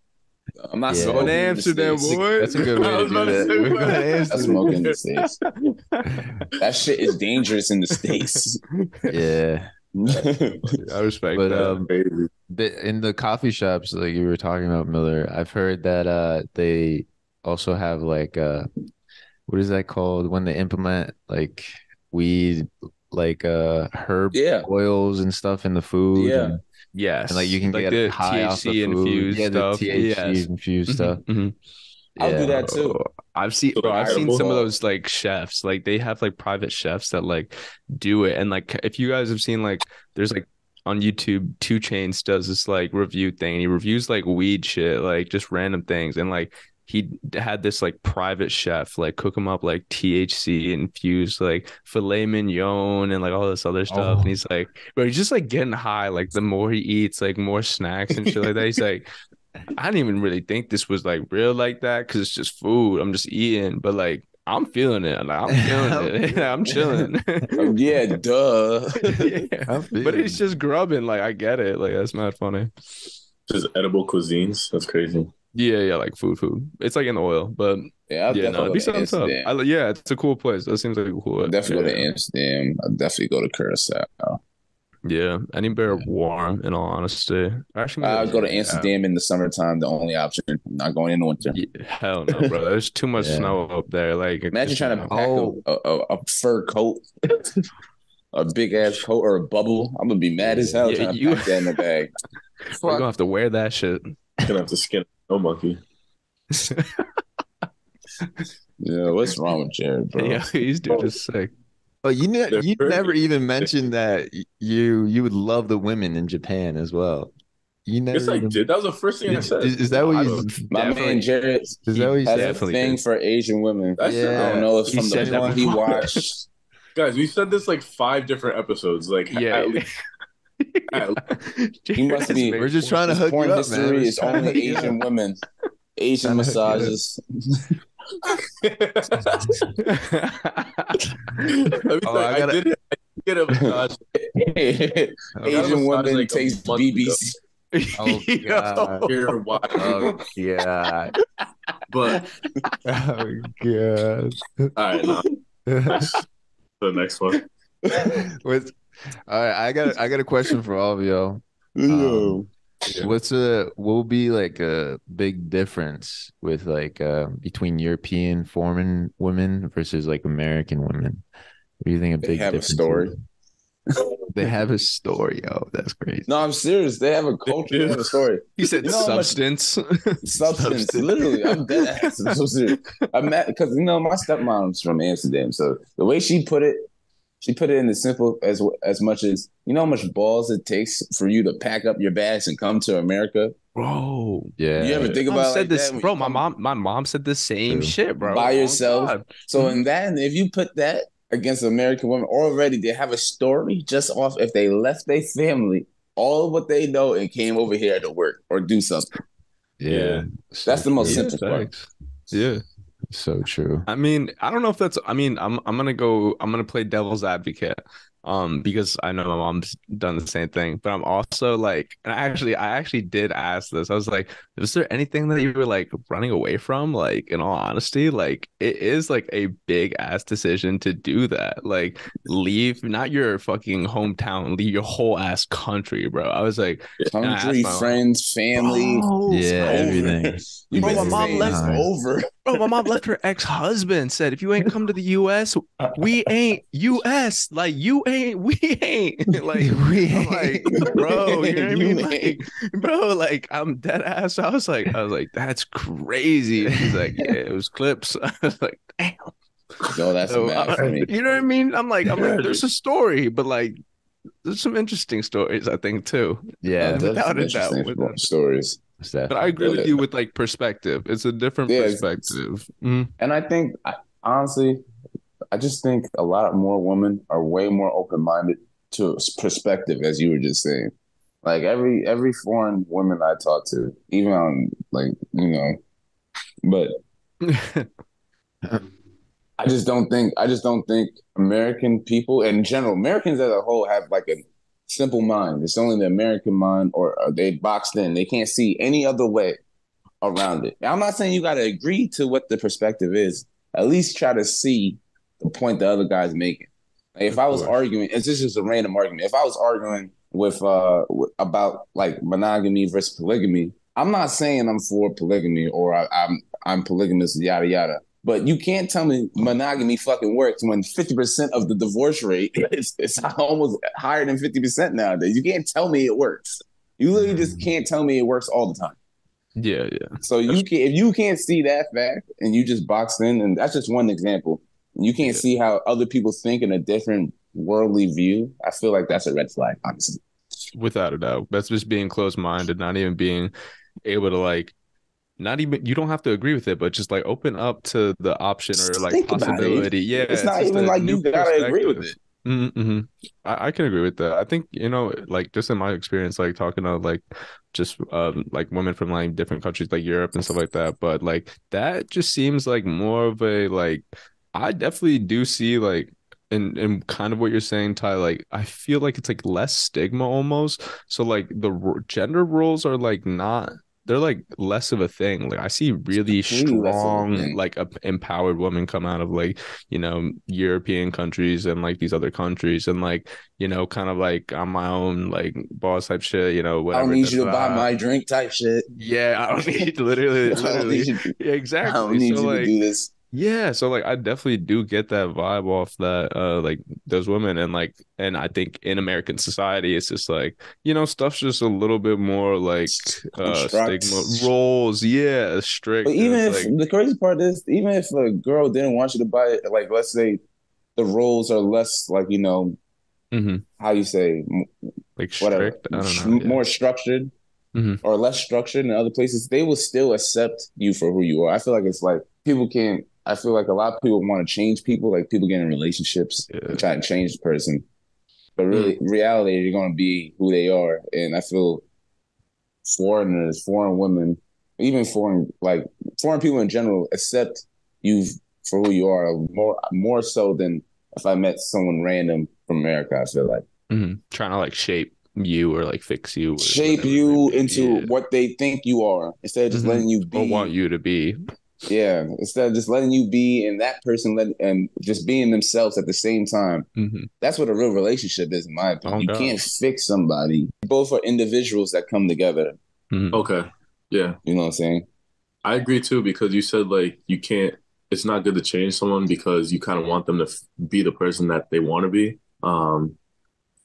[SPEAKER 3] I'm not
[SPEAKER 2] Yeah.
[SPEAKER 3] smoking
[SPEAKER 5] Going to
[SPEAKER 3] in the
[SPEAKER 5] Oh, Amsterdam,
[SPEAKER 3] States.
[SPEAKER 5] boy.
[SPEAKER 2] That's a good way
[SPEAKER 4] I
[SPEAKER 2] to
[SPEAKER 4] was
[SPEAKER 2] do
[SPEAKER 4] about to
[SPEAKER 2] that.
[SPEAKER 4] say,
[SPEAKER 2] We're
[SPEAKER 4] what?
[SPEAKER 2] gonna
[SPEAKER 4] I
[SPEAKER 3] I'm
[SPEAKER 2] answer
[SPEAKER 3] smoking in the states. That shit is dangerous in the states.
[SPEAKER 2] that. Yeah.
[SPEAKER 5] I respect
[SPEAKER 2] But
[SPEAKER 5] that.
[SPEAKER 2] um,
[SPEAKER 4] Crazy.
[SPEAKER 2] the, in the coffee shops, like you were talking about, Miller, I've heard that uh they also have like uh what is that called when they implement like weed, like uh herb
[SPEAKER 3] yeah.
[SPEAKER 2] oils and stuff in the food.
[SPEAKER 3] Yeah.
[SPEAKER 2] and,
[SPEAKER 5] yes,
[SPEAKER 2] and, like you can get
[SPEAKER 5] the
[SPEAKER 2] high off the
[SPEAKER 5] THC
[SPEAKER 2] food.
[SPEAKER 5] infused
[SPEAKER 2] yeah, the
[SPEAKER 5] stuff.
[SPEAKER 2] THC
[SPEAKER 5] Yes.
[SPEAKER 2] infused
[SPEAKER 5] Mhm,
[SPEAKER 2] stuff.
[SPEAKER 5] mhm.
[SPEAKER 3] I'll
[SPEAKER 2] Yeah.
[SPEAKER 3] do that too.
[SPEAKER 5] Oh, I've seen
[SPEAKER 4] So
[SPEAKER 5] bro, I've seen some of
[SPEAKER 3] viable.
[SPEAKER 5] those like chefs. Like they have like private chefs that like do it. And like if you guys have seen like there's like on YouTube, Two Chains does this like review thing. He reviews like weed shit, like just random things. And like he had this like private chef like cook him up like THC infused like filet mignon and like all this other stuff.
[SPEAKER 2] Oh.
[SPEAKER 5] And he's like, bro, he's just like getting high. Like the more he eats, like more snacks and shit like that. He's like, I didn't even really think this was like real like that because it's just food. I'm just eating, but like I'm feeling it. Like, I'm feeling it. I'm chilling.
[SPEAKER 3] Oh, yeah, duh.
[SPEAKER 5] Yeah.
[SPEAKER 2] I'm
[SPEAKER 5] But
[SPEAKER 2] feeling-
[SPEAKER 5] it's just grubbing. Like I get it. Like that's not funny.
[SPEAKER 4] Just edible cuisines. That's crazy.
[SPEAKER 5] Yeah, yeah, like food, food. It's like an oil, but
[SPEAKER 3] Yeah, I'll
[SPEAKER 5] yeah, no, it'd
[SPEAKER 3] definitely go
[SPEAKER 5] be
[SPEAKER 3] to
[SPEAKER 5] something tough.
[SPEAKER 3] Amsterdam.
[SPEAKER 5] I, li- yeah, it's a cool place. That seems like a cool.
[SPEAKER 3] I'll definitely
[SPEAKER 5] yeah.
[SPEAKER 3] go to Amsterdam. I'll definitely go to Curacao.
[SPEAKER 5] Yeah, anywhere warm. In all honesty, actually, maybe
[SPEAKER 3] I'll
[SPEAKER 5] that's-
[SPEAKER 3] Uh, go to Amsterdam in the summertime, the only option. I'm not going in the winter.
[SPEAKER 5] Yeah, hell no, bro. There's too much
[SPEAKER 2] Yeah.
[SPEAKER 5] snow up there. Like
[SPEAKER 3] Imagine
[SPEAKER 5] it's-
[SPEAKER 3] trying to pack
[SPEAKER 2] Oh.
[SPEAKER 3] a, a, a fur coat, a big ass coat, or a bubble. I'm gonna be mad as hell
[SPEAKER 5] Yeah,
[SPEAKER 3] trying to
[SPEAKER 5] you-
[SPEAKER 3] pack that in the bag.
[SPEAKER 5] We're gonna have to wear that shit.
[SPEAKER 4] Gonna have to skin no monkey.
[SPEAKER 3] Yeah, what's wrong with Jared, bro?
[SPEAKER 5] yeah, he's dude is
[SPEAKER 2] But
[SPEAKER 5] sick.
[SPEAKER 2] Oh, you ne-
[SPEAKER 4] They're
[SPEAKER 2] you
[SPEAKER 4] pretty.
[SPEAKER 2] never even mentioned that y- you you would love the women in Japan as well. You never.
[SPEAKER 4] Yes, I
[SPEAKER 2] even-
[SPEAKER 4] did. That was the first thing I
[SPEAKER 2] is,
[SPEAKER 4] said.
[SPEAKER 2] is, is that what
[SPEAKER 5] I
[SPEAKER 2] you?
[SPEAKER 3] My man Jared
[SPEAKER 2] Is that what you
[SPEAKER 3] has
[SPEAKER 2] said?
[SPEAKER 5] definitely
[SPEAKER 3] a thing
[SPEAKER 5] did.
[SPEAKER 3] for Asian women.
[SPEAKER 4] That shit-
[SPEAKER 3] I don't know if
[SPEAKER 5] He
[SPEAKER 3] from
[SPEAKER 5] said
[SPEAKER 3] the
[SPEAKER 5] that
[SPEAKER 3] porn he
[SPEAKER 5] before.
[SPEAKER 3] watched.
[SPEAKER 4] Guys, we said this like five different episodes. Like,
[SPEAKER 5] Yeah.
[SPEAKER 4] at least- at least-
[SPEAKER 5] Jared
[SPEAKER 3] must
[SPEAKER 5] has
[SPEAKER 3] be-
[SPEAKER 5] made-
[SPEAKER 2] We're just trying to
[SPEAKER 3] His
[SPEAKER 2] hook
[SPEAKER 3] porn
[SPEAKER 2] you up,
[SPEAKER 3] history
[SPEAKER 2] man. We're
[SPEAKER 3] is
[SPEAKER 2] just trying to hook
[SPEAKER 3] only
[SPEAKER 2] you up.
[SPEAKER 3] Asian women, Asian
[SPEAKER 2] Trying to hook you up.
[SPEAKER 3] massages.
[SPEAKER 4] Let me
[SPEAKER 2] Oh,
[SPEAKER 4] tell you,
[SPEAKER 2] I
[SPEAKER 4] I,
[SPEAKER 2] gotta-
[SPEAKER 4] did it. I did get a massage.
[SPEAKER 3] Asian
[SPEAKER 4] massage
[SPEAKER 3] women
[SPEAKER 4] like a
[SPEAKER 3] taste
[SPEAKER 4] month
[SPEAKER 3] BBC.
[SPEAKER 2] Oh, God.
[SPEAKER 4] Here, why?
[SPEAKER 2] Oh yeah.
[SPEAKER 4] But
[SPEAKER 5] oh god.
[SPEAKER 4] all right, no, next, the next one.
[SPEAKER 2] Oh, What's- all right, I got I got a question for all of y'all. Um,
[SPEAKER 3] Yo.
[SPEAKER 2] What's a what would be like a big difference with like uh, between European foreman women versus like American women? What do you think a
[SPEAKER 3] They
[SPEAKER 2] big
[SPEAKER 3] have a
[SPEAKER 2] difference?
[SPEAKER 3] story.
[SPEAKER 2] is? they have a story. Oh, that's crazy.
[SPEAKER 3] No, I'm serious. They have a culture. They have a story.
[SPEAKER 5] He said
[SPEAKER 3] You know how much-
[SPEAKER 5] substance.
[SPEAKER 3] Substance.
[SPEAKER 5] Substance.
[SPEAKER 3] Literally, I'm dead ass. I'm so serious. I'm mad because you know my stepmom's from Amsterdam, so the way she put it, she put it in as simple as as much as you know how much balls it takes for you to pack up your bags and come to America.
[SPEAKER 5] bro.
[SPEAKER 2] Yeah.
[SPEAKER 3] You ever think
[SPEAKER 5] Mom
[SPEAKER 3] about it
[SPEAKER 5] said
[SPEAKER 3] like
[SPEAKER 5] this,
[SPEAKER 3] that when
[SPEAKER 5] bro.
[SPEAKER 3] you
[SPEAKER 5] My
[SPEAKER 3] come-
[SPEAKER 5] mom, my mom said the same
[SPEAKER 2] True.
[SPEAKER 5] shit, bro.
[SPEAKER 3] By
[SPEAKER 5] Oh,
[SPEAKER 3] yourself.
[SPEAKER 5] God.
[SPEAKER 3] So in that, and if you put that against American women, already they have a story just off if they left their family, all of what they know, and came over here to work or do something.
[SPEAKER 2] Yeah.
[SPEAKER 4] Yeah.
[SPEAKER 2] So
[SPEAKER 3] That's the most
[SPEAKER 2] true.
[SPEAKER 3] simple part.
[SPEAKER 2] Facts. So true.
[SPEAKER 5] I mean, I don't know if that's. I mean, I'm I'm gonna go. I'm gonna play devil's advocate, um, because I know my mom's done the same thing. But I'm also like, and I actually, I actually did ask this. I was like, was there anything that you were like running away from? Like, in all honesty, like it is like a big ass decision to do that. Like, leave not your fucking hometown, leave your whole ass country, bro. I was like, I asked
[SPEAKER 3] Country,
[SPEAKER 5] my mom.
[SPEAKER 3] friends, family.
[SPEAKER 5] "Bro,
[SPEAKER 2] Yeah,
[SPEAKER 3] over.
[SPEAKER 2] everything.
[SPEAKER 3] You
[SPEAKER 5] Bro,
[SPEAKER 3] been
[SPEAKER 5] my mom
[SPEAKER 3] saying
[SPEAKER 5] left-
[SPEAKER 3] it's over.
[SPEAKER 5] Bro, Oh, my mom left her ex-husband. Said, "If you ain't come to the U.S., we ain't U.S. Like you ain't, we ain't. Like
[SPEAKER 2] we
[SPEAKER 5] I'm like, bro, you know what I
[SPEAKER 3] You
[SPEAKER 5] mean?
[SPEAKER 3] ain't.
[SPEAKER 5] Like, bro, like I'm dead ass. I was like, I was like, that's crazy. And She's like, yeah, it was clips. I was like, damn.
[SPEAKER 3] Yo, that's
[SPEAKER 5] So,
[SPEAKER 3] mad
[SPEAKER 5] I-
[SPEAKER 3] for me.
[SPEAKER 5] you know what I mean? I'm like, I'm like,
[SPEAKER 4] Yeah.
[SPEAKER 5] there's a story, but like, there's some interesting stories I think too.
[SPEAKER 2] yeah.
[SPEAKER 3] That's
[SPEAKER 5] without a
[SPEAKER 3] some
[SPEAKER 5] doubt,
[SPEAKER 3] interesting
[SPEAKER 5] without-
[SPEAKER 3] stories.
[SPEAKER 2] that's that.
[SPEAKER 5] But I agree with
[SPEAKER 3] Yeah.
[SPEAKER 5] you with like perspective. It's a different
[SPEAKER 3] Yeah, it's-
[SPEAKER 5] perspective. Mm.
[SPEAKER 3] And I think, I, honestly, I just think a lot more women are way more open minded to s- perspective, as you were just saying. Like every every foreign woman I talk to, even on like you know, but I just don't think I just don't think American people in general, Americans as a whole have like a simple mind. It's only the American mind or are they boxed in. They can't see any other way around it. Now, I'm not saying you gotta agree to what the perspective is. At least try to see the point the other guy's making. Like, if I was arguing, it's just, just a random argument. If I was arguing with uh w- about like monogamy versus polygamy, I'm not saying I'm for polygamy or I, I'm I'm polygamous, yada yada. But you can't tell me monogamy fucking works when 50% of the divorce rate is, is almost higher than 50% nowadays. You can't tell me it works. You literally just can't tell me it works all the time.
[SPEAKER 5] Yeah, yeah.
[SPEAKER 3] So you can if you can't see that fact and you just boxed in, and that's just one example. and You can't see how other people think in a different worldly view. I feel like that's a red flag, honestly.
[SPEAKER 5] without a doubt that's just being closed-minded not even being able to like not even you don't have to agree with it but just like open up to the option or
[SPEAKER 3] Just
[SPEAKER 5] like
[SPEAKER 3] think about it.
[SPEAKER 5] possibility yeah
[SPEAKER 3] it's not even like you gotta agree with it.
[SPEAKER 5] mm-hmm. I, I can agree with that i think you know like just in my experience like talking to like just um like women from like different countries like europe and stuff like that but like that just seems like more of a like i definitely do see like and and kind of what you're saying ty like i feel like it's like less stigma almost so like the r- gender roles are like not they're like less of a thing like i see really
[SPEAKER 3] completely less of a
[SPEAKER 5] strong
[SPEAKER 3] thing.
[SPEAKER 5] like a, empowered women come out of like you know european countries and like these other countries and like you know kind of like on my own like boss type shit you know
[SPEAKER 3] I
[SPEAKER 5] whatever
[SPEAKER 3] don't need you to buy
[SPEAKER 5] da-da-da.
[SPEAKER 3] my drink type shit.
[SPEAKER 5] yeah i don't need literally
[SPEAKER 3] I don't need
[SPEAKER 5] literally
[SPEAKER 3] you, to-
[SPEAKER 5] yeah,
[SPEAKER 3] I
[SPEAKER 5] exactly
[SPEAKER 3] don't need
[SPEAKER 5] so
[SPEAKER 3] you
[SPEAKER 5] like
[SPEAKER 3] to do this.
[SPEAKER 5] yeah, so like I definitely do get that vibe off that uh like those women and like and I think in American society it's just like you know stuff's just a little bit more like uh stigma
[SPEAKER 3] Constructs.
[SPEAKER 5] roles, yeah, strict.
[SPEAKER 3] But
[SPEAKER 5] and
[SPEAKER 3] even
[SPEAKER 5] it's
[SPEAKER 3] if
[SPEAKER 5] like,
[SPEAKER 3] the crazy part is, even if a girl didn't want you to buy it, like let's say the roles are less like you know
[SPEAKER 5] mhm,
[SPEAKER 3] how you say m-
[SPEAKER 5] like
[SPEAKER 3] whatever
[SPEAKER 5] strict, I
[SPEAKER 3] sh-
[SPEAKER 5] don't know. yeah.
[SPEAKER 3] more structured
[SPEAKER 5] Mhm.
[SPEAKER 3] or less structured in other places, they will still accept you for who you are. I feel like it's like people can. I feel like a lot of people want to change people, like people get in relationships
[SPEAKER 5] Yeah. Mm.
[SPEAKER 3] and try to change the person, but really, reality, you're going to be who they are. And I feel foreigners, foreign women, even foreign like foreign people in general accept you for who you are more more so than if I met someone random from America. I feel like
[SPEAKER 5] mhm, mm-hmm, trying to like shape you or like fix you, or
[SPEAKER 3] shape
[SPEAKER 5] whatever it
[SPEAKER 3] you
[SPEAKER 5] may be.
[SPEAKER 3] into
[SPEAKER 5] Yeah.
[SPEAKER 3] what they think you are instead of just
[SPEAKER 5] Mhm.
[SPEAKER 3] letting you
[SPEAKER 5] or
[SPEAKER 3] be
[SPEAKER 5] want you to be.
[SPEAKER 3] yeah instead of just letting you be and that person let and just being themselves at the same time
[SPEAKER 5] Mhm.
[SPEAKER 3] that's what a real relationship is in my opinion
[SPEAKER 5] Oh,
[SPEAKER 3] you
[SPEAKER 5] God.
[SPEAKER 3] can't fix somebody both are individuals that come together
[SPEAKER 5] Mhm.
[SPEAKER 4] Okay. Yeah.
[SPEAKER 3] you know what i'm saying
[SPEAKER 4] I agree too because you said like you can't. It's not good to change someone because you kind of want them to f- be the person that they want to be. Um,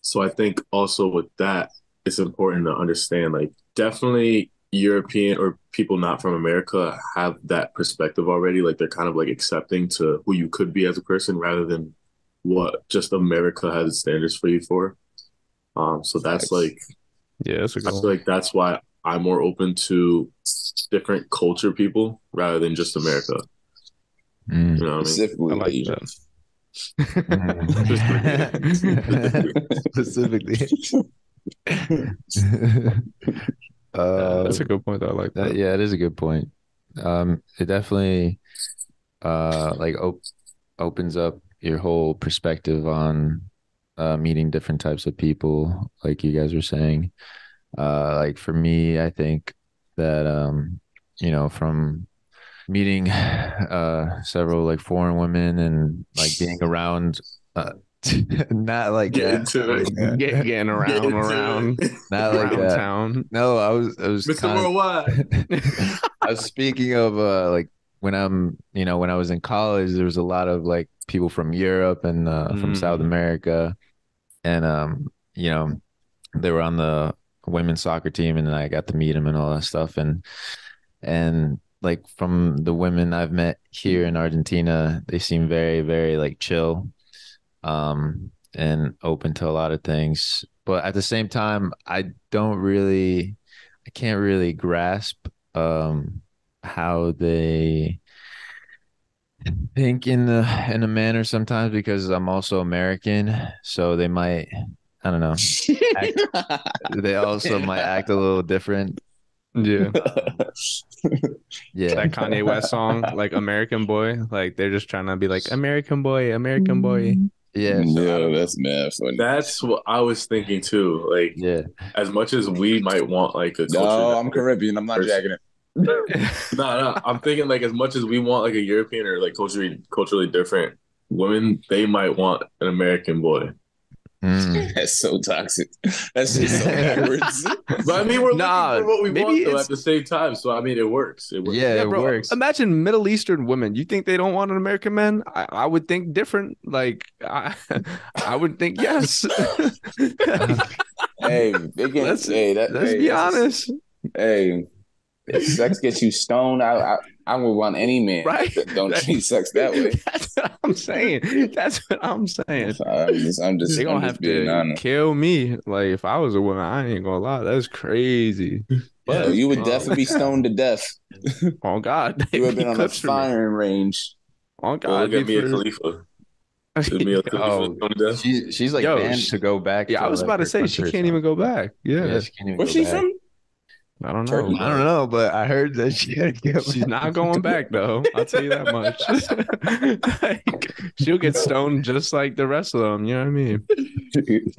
[SPEAKER 4] so I think also with that, it's important to understand like definitely European or people not from America have that perspective already. Like they're kind of like accepting to who you could be as a person rather than what just America has standards for you for. Um, so that's
[SPEAKER 3] Facts.
[SPEAKER 4] like
[SPEAKER 5] Yeah, that's a good
[SPEAKER 4] I feel
[SPEAKER 5] one.
[SPEAKER 4] like that's why I'm more open to different culture people rather than just America.
[SPEAKER 2] Mm.
[SPEAKER 4] You know what I mean?
[SPEAKER 3] specifically
[SPEAKER 5] I like
[SPEAKER 3] Asian.
[SPEAKER 5] that.
[SPEAKER 2] Specifically.
[SPEAKER 5] Yeah, that's
[SPEAKER 2] Uh,
[SPEAKER 5] a good point. I like
[SPEAKER 2] that-
[SPEAKER 5] that.
[SPEAKER 2] yeah, it is a good point. Um, it definitely uh like op- opens up your whole perspective on uh meeting different types of people, like you guys were saying. Uh, like for me, I think that um, you know, from meeting uh several like foreign women and like being around uh not like
[SPEAKER 4] Get
[SPEAKER 2] that.
[SPEAKER 4] into it.
[SPEAKER 2] Yeah.
[SPEAKER 5] Get, getting
[SPEAKER 4] Get
[SPEAKER 5] around,
[SPEAKER 4] into
[SPEAKER 5] around,
[SPEAKER 4] it.
[SPEAKER 2] not like
[SPEAKER 5] around
[SPEAKER 2] that.
[SPEAKER 5] town.
[SPEAKER 2] No, I was I was
[SPEAKER 4] Mr.
[SPEAKER 2] kind of
[SPEAKER 4] Worldwide.
[SPEAKER 2] I was speaking of uh like when I'm you know when I was in college there was a lot of like people from Europe and uh, from
[SPEAKER 5] Mm.
[SPEAKER 2] South America and um you know they were on the women's soccer team and I got to meet them and all that stuff and and like from the women I've met here in Argentina they seem very very like chill um and open to a lot of things but at the same time I don't really I can't really grasp um how they think in the in a manner sometimes because I'm also American, so they might I don't know. They also might act a little different.
[SPEAKER 5] Yeah,
[SPEAKER 2] Yeah.
[SPEAKER 5] that Kanye West song, like American Boy. Like they're just trying to be like American Boy, American Boy.
[SPEAKER 2] Mm-hmm. Yeah.
[SPEAKER 3] yeah that's mad funny
[SPEAKER 4] That's what I was thinking too. Like
[SPEAKER 2] Yeah.
[SPEAKER 4] as much as we might want like a culture
[SPEAKER 3] no
[SPEAKER 4] that-
[SPEAKER 3] i'm caribbean i'm not
[SPEAKER 4] Person.
[SPEAKER 3] jacking it
[SPEAKER 4] No, no. I'm thinking like as much as we want like a European or like culturally culturally different women, they might want an American boy.
[SPEAKER 2] Mm.
[SPEAKER 3] that's so toxic that's just so backwards
[SPEAKER 4] But I mean we're
[SPEAKER 5] Nah,
[SPEAKER 4] looking for what we
[SPEAKER 5] maybe
[SPEAKER 4] want though
[SPEAKER 5] it's-
[SPEAKER 4] at the same time. So I mean it works. It works.
[SPEAKER 2] Yeah,
[SPEAKER 5] Yeah,
[SPEAKER 2] it
[SPEAKER 5] bro.
[SPEAKER 2] works.
[SPEAKER 5] Imagine Middle Eastern women. You think they don't want an American man? I, I would think different. Like I, I would think yes.
[SPEAKER 3] hey they can,
[SPEAKER 5] Let's-
[SPEAKER 3] hey that,
[SPEAKER 5] Let's
[SPEAKER 3] hey,
[SPEAKER 5] be
[SPEAKER 3] that's-
[SPEAKER 5] honest,
[SPEAKER 3] Hey, if sex gets you stoned, I I, I would want any man
[SPEAKER 5] Right?
[SPEAKER 3] that don't
[SPEAKER 5] That-
[SPEAKER 3] treat sex that way.
[SPEAKER 5] That's what I'm saying. That's what I'm saying.
[SPEAKER 3] I'm just, I'm just,
[SPEAKER 5] They're
[SPEAKER 3] I'm
[SPEAKER 5] gonna
[SPEAKER 3] just
[SPEAKER 5] have
[SPEAKER 3] being
[SPEAKER 5] to
[SPEAKER 3] honest.
[SPEAKER 5] kill me. Like if I was a woman, I ain't gonna lie. That's crazy.
[SPEAKER 3] Yeah, you would
[SPEAKER 5] Oh,
[SPEAKER 3] definitely be stoned to deeth.
[SPEAKER 5] Oh God,
[SPEAKER 3] You would have
[SPEAKER 5] They'd
[SPEAKER 3] been on a
[SPEAKER 5] be clips for me.
[SPEAKER 3] firing range.
[SPEAKER 5] Oh
[SPEAKER 4] Well,
[SPEAKER 5] God,
[SPEAKER 4] look at
[SPEAKER 5] they'd
[SPEAKER 4] Mia
[SPEAKER 5] be-
[SPEAKER 4] Khalifa. Is Mia Khalifa
[SPEAKER 5] Oh,
[SPEAKER 4] going to death?
[SPEAKER 2] She, she's like
[SPEAKER 5] Yo,
[SPEAKER 2] banned
[SPEAKER 5] she-
[SPEAKER 2] to go back.
[SPEAKER 5] yeah, I was about to say she can't even go back. Yeah,
[SPEAKER 2] Yeah, she can't even
[SPEAKER 3] Where's
[SPEAKER 2] go
[SPEAKER 3] she
[SPEAKER 2] back.
[SPEAKER 3] from?
[SPEAKER 5] I don't know.
[SPEAKER 3] Turkey.
[SPEAKER 2] I don't know, but I heard that she had to go
[SPEAKER 5] She's not going back though. I'll tell you that much. Like, she'll get stoned just like the rest of them. You know what I mean?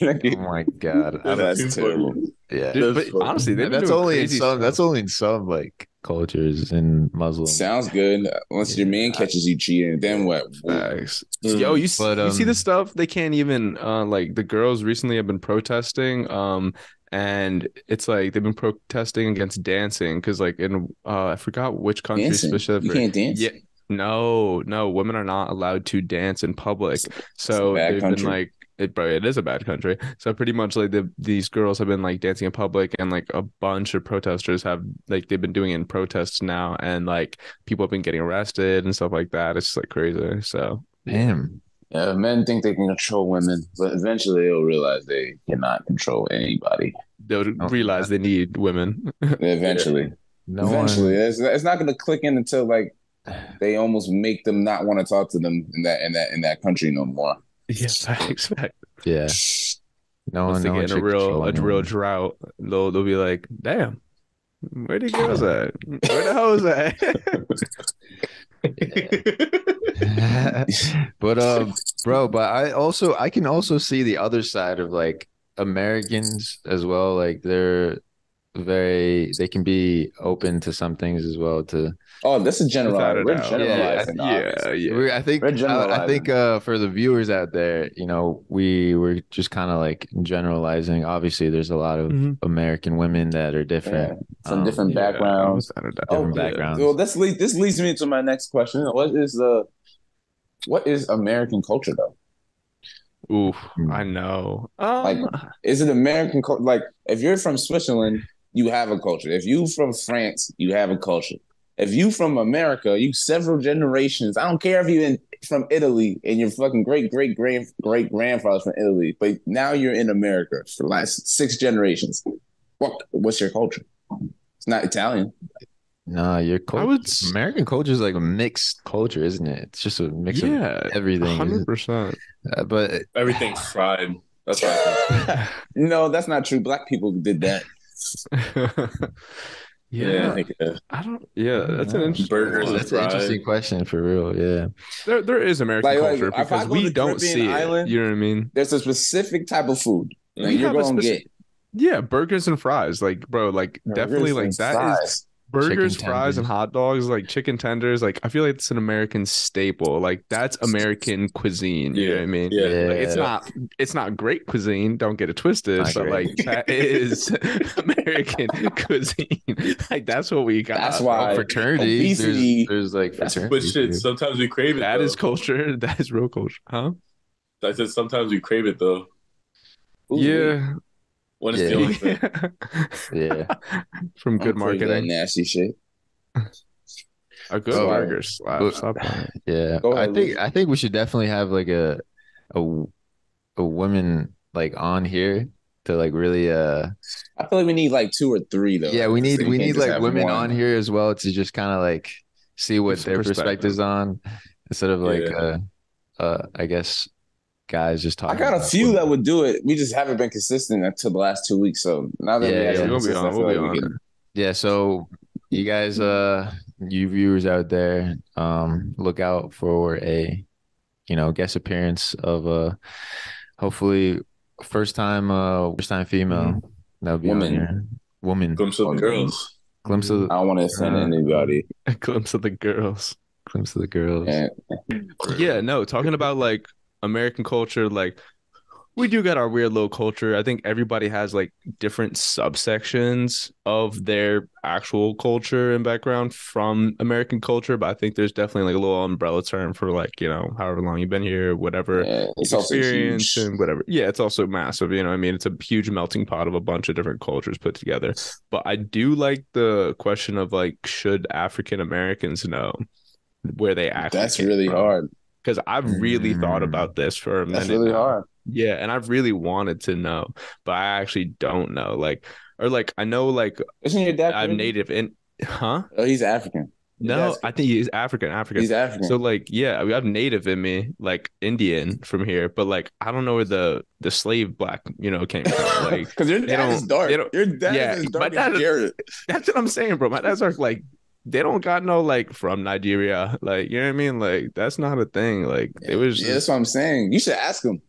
[SPEAKER 2] Oh my god. I don't,
[SPEAKER 3] That's terrible.
[SPEAKER 2] yeah.
[SPEAKER 5] Dude,
[SPEAKER 4] That's
[SPEAKER 5] but
[SPEAKER 4] funny.
[SPEAKER 5] honestly, they've been
[SPEAKER 2] that's
[SPEAKER 5] doing
[SPEAKER 2] only in
[SPEAKER 5] crazy
[SPEAKER 2] some
[SPEAKER 5] stuff.
[SPEAKER 2] that's only in some like cultures in Muslim.
[SPEAKER 3] Sounds good. Once your man catches you cheating, then what?
[SPEAKER 5] Facts.
[SPEAKER 4] Mm.
[SPEAKER 5] Yo, you, s-
[SPEAKER 2] But,
[SPEAKER 5] you see
[SPEAKER 2] um,
[SPEAKER 5] the stuff they can't even uh like the girls recently have been protesting um and it's like they've been protesting against dancing cuz like in uh I forgot which country
[SPEAKER 3] Dancing. You
[SPEAKER 5] specifically.
[SPEAKER 3] can't dance.
[SPEAKER 5] Yeah. No, no, women are not allowed to dance in public. So
[SPEAKER 3] bad
[SPEAKER 5] they've
[SPEAKER 3] country.
[SPEAKER 5] been like it bro, it is a bad country. So pretty much like the these girls have been like dancing in public and like a bunch of protesters have like they've been doing it in protests now and like people have been getting arrested and stuff like that. It's like crazy. So
[SPEAKER 2] Damn.
[SPEAKER 3] Yeah, men think they can control women, but eventually they'll realize they cannot control anybody.
[SPEAKER 5] they'll
[SPEAKER 2] Oh,
[SPEAKER 5] realize they need women.
[SPEAKER 3] Eventually.
[SPEAKER 2] No
[SPEAKER 3] Eventually,
[SPEAKER 2] one
[SPEAKER 3] it's, it's not going to click in until like they almost make them not want to talk to them in that in that in that country no more.
[SPEAKER 5] Yeah, facts, facts.
[SPEAKER 2] Yeah. No
[SPEAKER 5] Once
[SPEAKER 2] one
[SPEAKER 5] they
[SPEAKER 2] no one
[SPEAKER 5] get in a
[SPEAKER 2] should
[SPEAKER 5] real
[SPEAKER 2] control
[SPEAKER 5] a real
[SPEAKER 2] anyone.
[SPEAKER 5] drought, they'll they'll be like, damn, where the girls at? Where the hoes at?
[SPEAKER 2] uh, but um bro but i also i can also see the other side of like Americans as well, like they're very they can be open to some things as well. To
[SPEAKER 3] Oh, this is
[SPEAKER 5] Without
[SPEAKER 3] generalized.
[SPEAKER 5] a
[SPEAKER 3] We're
[SPEAKER 5] doubt.
[SPEAKER 3] generalizing.
[SPEAKER 5] yeah, yeah, yeah.
[SPEAKER 2] We're- I think
[SPEAKER 3] We're
[SPEAKER 2] I, I think
[SPEAKER 3] generalizing.
[SPEAKER 2] uh, for the viewers out there, you know, we were just kind of like generalizing. Obviously, there's a lot of
[SPEAKER 5] Mhm.
[SPEAKER 2] American women that are
[SPEAKER 3] Yeah.
[SPEAKER 2] different.
[SPEAKER 3] Some
[SPEAKER 2] Um,
[SPEAKER 3] different
[SPEAKER 5] Yeah,
[SPEAKER 3] backgrounds. Oh,
[SPEAKER 5] without a doubt.
[SPEAKER 2] Different
[SPEAKER 3] yeah.
[SPEAKER 2] backgrounds.
[SPEAKER 3] Well, this leads this leads me to my next question. What is the what is American culture though?
[SPEAKER 5] Oof,
[SPEAKER 2] Hmm.
[SPEAKER 5] I know. Um,
[SPEAKER 3] Is it American culture? Like, if you're from Switzerland, you have a culture. If you from France, you have a culture. If you from America, you several generations. I don't care if you in from Italy and your fucking great great great great grandfather's from Italy, but now you're in America for the last six generations. What what's your culture? It's not Italian.
[SPEAKER 2] Nah, your culture.
[SPEAKER 5] would s-
[SPEAKER 2] American culture is like a mixed culture, isn't it? It's just a mix
[SPEAKER 5] yeah,
[SPEAKER 2] of everything.
[SPEAKER 5] hundred
[SPEAKER 2] isn't
[SPEAKER 5] percent.
[SPEAKER 2] it? Uh, but
[SPEAKER 4] Everything's fried. That's what I think.
[SPEAKER 3] no, that's not true. Black people did that.
[SPEAKER 4] Yeah, I
[SPEAKER 5] Yeah,
[SPEAKER 4] think, uh,
[SPEAKER 5] I don't. Yeah, that's an
[SPEAKER 2] Yeah.
[SPEAKER 5] interesting.
[SPEAKER 4] Burgers
[SPEAKER 5] one.
[SPEAKER 4] and
[SPEAKER 2] that's an
[SPEAKER 4] fried.
[SPEAKER 2] interesting question for real. Yeah.
[SPEAKER 5] There, there is American
[SPEAKER 3] Like- like,
[SPEAKER 5] culture
[SPEAKER 3] if I
[SPEAKER 5] because
[SPEAKER 3] go
[SPEAKER 5] we
[SPEAKER 3] to
[SPEAKER 5] don't
[SPEAKER 3] Caribbean
[SPEAKER 5] see
[SPEAKER 3] island-
[SPEAKER 5] it. You know what I mean?
[SPEAKER 3] There's a specific type of food that
[SPEAKER 5] We
[SPEAKER 3] you're
[SPEAKER 5] have a
[SPEAKER 3] gonna
[SPEAKER 5] speci-
[SPEAKER 3] get.
[SPEAKER 5] Yeah, burgers and fries, like bro, like definitely like that
[SPEAKER 3] Fries.
[SPEAKER 5] is burgers,
[SPEAKER 2] Chicken
[SPEAKER 5] fries, and
[SPEAKER 2] tenders.
[SPEAKER 5] hot dogs, like chicken tenders. Like I feel like it's an American staple. Like that's American cuisine. You know what I mean?
[SPEAKER 4] Yeah.
[SPEAKER 5] Like, it's not it's not great cuisine. Don't get it twisted.
[SPEAKER 2] Not
[SPEAKER 5] but
[SPEAKER 2] great.
[SPEAKER 5] like that is American cuisine. Like that's what we got.
[SPEAKER 3] That's
[SPEAKER 5] bro.
[SPEAKER 3] why-
[SPEAKER 2] Well, fraternities.
[SPEAKER 3] obesity-
[SPEAKER 2] Oh, There's, there's like
[SPEAKER 3] That's-
[SPEAKER 4] But
[SPEAKER 2] fraternities.
[SPEAKER 4] shit,
[SPEAKER 2] dude.
[SPEAKER 4] sometimes we crave it.
[SPEAKER 5] That
[SPEAKER 4] though.
[SPEAKER 5] is culture. That is real culture. Huh?
[SPEAKER 4] I said sometimes we crave it though.
[SPEAKER 3] Ooh,
[SPEAKER 5] yeah.
[SPEAKER 4] When it's
[SPEAKER 2] Yeah.
[SPEAKER 4] the only thing.
[SPEAKER 2] Yeah.
[SPEAKER 5] From
[SPEAKER 3] I'm
[SPEAKER 5] good
[SPEAKER 3] pretty That
[SPEAKER 5] marketing.
[SPEAKER 3] nasty shit.
[SPEAKER 5] A good
[SPEAKER 3] Oh,
[SPEAKER 5] burger slap.
[SPEAKER 2] But-
[SPEAKER 5] Stop that.
[SPEAKER 2] Yeah,
[SPEAKER 3] Go
[SPEAKER 2] I
[SPEAKER 3] ahead,
[SPEAKER 2] think
[SPEAKER 3] Luke.
[SPEAKER 2] I think we should definitely have like a a w- a woman like on here to like really uh
[SPEAKER 3] I feel like we need like two or three though.
[SPEAKER 2] yeah we need
[SPEAKER 3] So you
[SPEAKER 2] we
[SPEAKER 3] can't
[SPEAKER 2] need
[SPEAKER 3] just
[SPEAKER 2] like
[SPEAKER 3] have
[SPEAKER 2] women
[SPEAKER 3] one.
[SPEAKER 2] on here as well to just kind of like see what
[SPEAKER 5] Give some
[SPEAKER 2] their
[SPEAKER 5] perspective.
[SPEAKER 2] perspectives on instead of like
[SPEAKER 4] Yeah.
[SPEAKER 2] uh uh I guess guys just
[SPEAKER 3] I
[SPEAKER 2] talking.
[SPEAKER 3] got a
[SPEAKER 2] about
[SPEAKER 3] few
[SPEAKER 2] women.
[SPEAKER 3] that would do it. We just haven't been consistent until the last two weeks. So now that
[SPEAKER 2] Yeah,
[SPEAKER 3] we
[SPEAKER 2] yeah,
[SPEAKER 3] have
[SPEAKER 5] Yeah,
[SPEAKER 3] been
[SPEAKER 5] we'll be
[SPEAKER 3] consistent, I
[SPEAKER 5] on.
[SPEAKER 3] feel
[SPEAKER 5] We'll be
[SPEAKER 3] like
[SPEAKER 5] on.
[SPEAKER 3] we can-
[SPEAKER 2] Yeah, so you guys uh you viewers out there um look out for a you know guest appearance of uh hopefully first time uh first time female that'll be
[SPEAKER 3] Mm-hmm. Woman.
[SPEAKER 2] on here. Woman
[SPEAKER 4] Glimpse of the girls.
[SPEAKER 2] glimpse of
[SPEAKER 3] I don't want to offend
[SPEAKER 2] Uh,
[SPEAKER 3] anybody.
[SPEAKER 5] A glimpse of the girls.
[SPEAKER 2] glimpse of the girls.
[SPEAKER 3] Yeah.
[SPEAKER 5] Yeah, no, talking about like American culture, like we do got our weird little culture. I think everybody has like different subsections of their actual culture and background from American culture, but I think there's definitely like a little umbrella term for like, you know, however long you've been here, whatever
[SPEAKER 3] Yeah, it's also
[SPEAKER 5] experience
[SPEAKER 3] huge.
[SPEAKER 5] and whatever. Yeah, it's also massive. You know, what I mean, it's a huge melting pot of a bunch of different cultures put together. But I do like the question of like, should African Americans know where they actually?
[SPEAKER 3] That's really hard.
[SPEAKER 5] because I've really thought
[SPEAKER 2] Mm.
[SPEAKER 5] about this for a minute.
[SPEAKER 3] That's really
[SPEAKER 5] now.
[SPEAKER 3] hard.
[SPEAKER 5] Yeah, and I've really wanted to know, but I actually don't know. Like, or like I know, like
[SPEAKER 3] Isn't your dad? Caribbean?
[SPEAKER 5] I'm native, and huh?
[SPEAKER 3] Oh, he's African.
[SPEAKER 5] No,
[SPEAKER 3] Yes.
[SPEAKER 5] I think he's African. African.
[SPEAKER 3] He's African.
[SPEAKER 5] So like yeah, I mean, I'm native in me, like Indian from here, but like I don't know where the the slave black you know came from. Like
[SPEAKER 3] because your
[SPEAKER 5] they
[SPEAKER 3] dad is
[SPEAKER 5] don't-
[SPEAKER 3] dark.
[SPEAKER 5] they don't-
[SPEAKER 3] Your dad
[SPEAKER 5] Yeah,
[SPEAKER 3] is as
[SPEAKER 5] my
[SPEAKER 3] dark
[SPEAKER 5] dad
[SPEAKER 3] as
[SPEAKER 5] is-
[SPEAKER 3] Garrett.
[SPEAKER 5] that's what I'm saying, bro. My dads are like they don't got no like from Nigeria, like you know what I mean. Like that's not a thing. Like it was.
[SPEAKER 3] Yeah,
[SPEAKER 5] Just,
[SPEAKER 3] that's what I'm saying. You should ask him.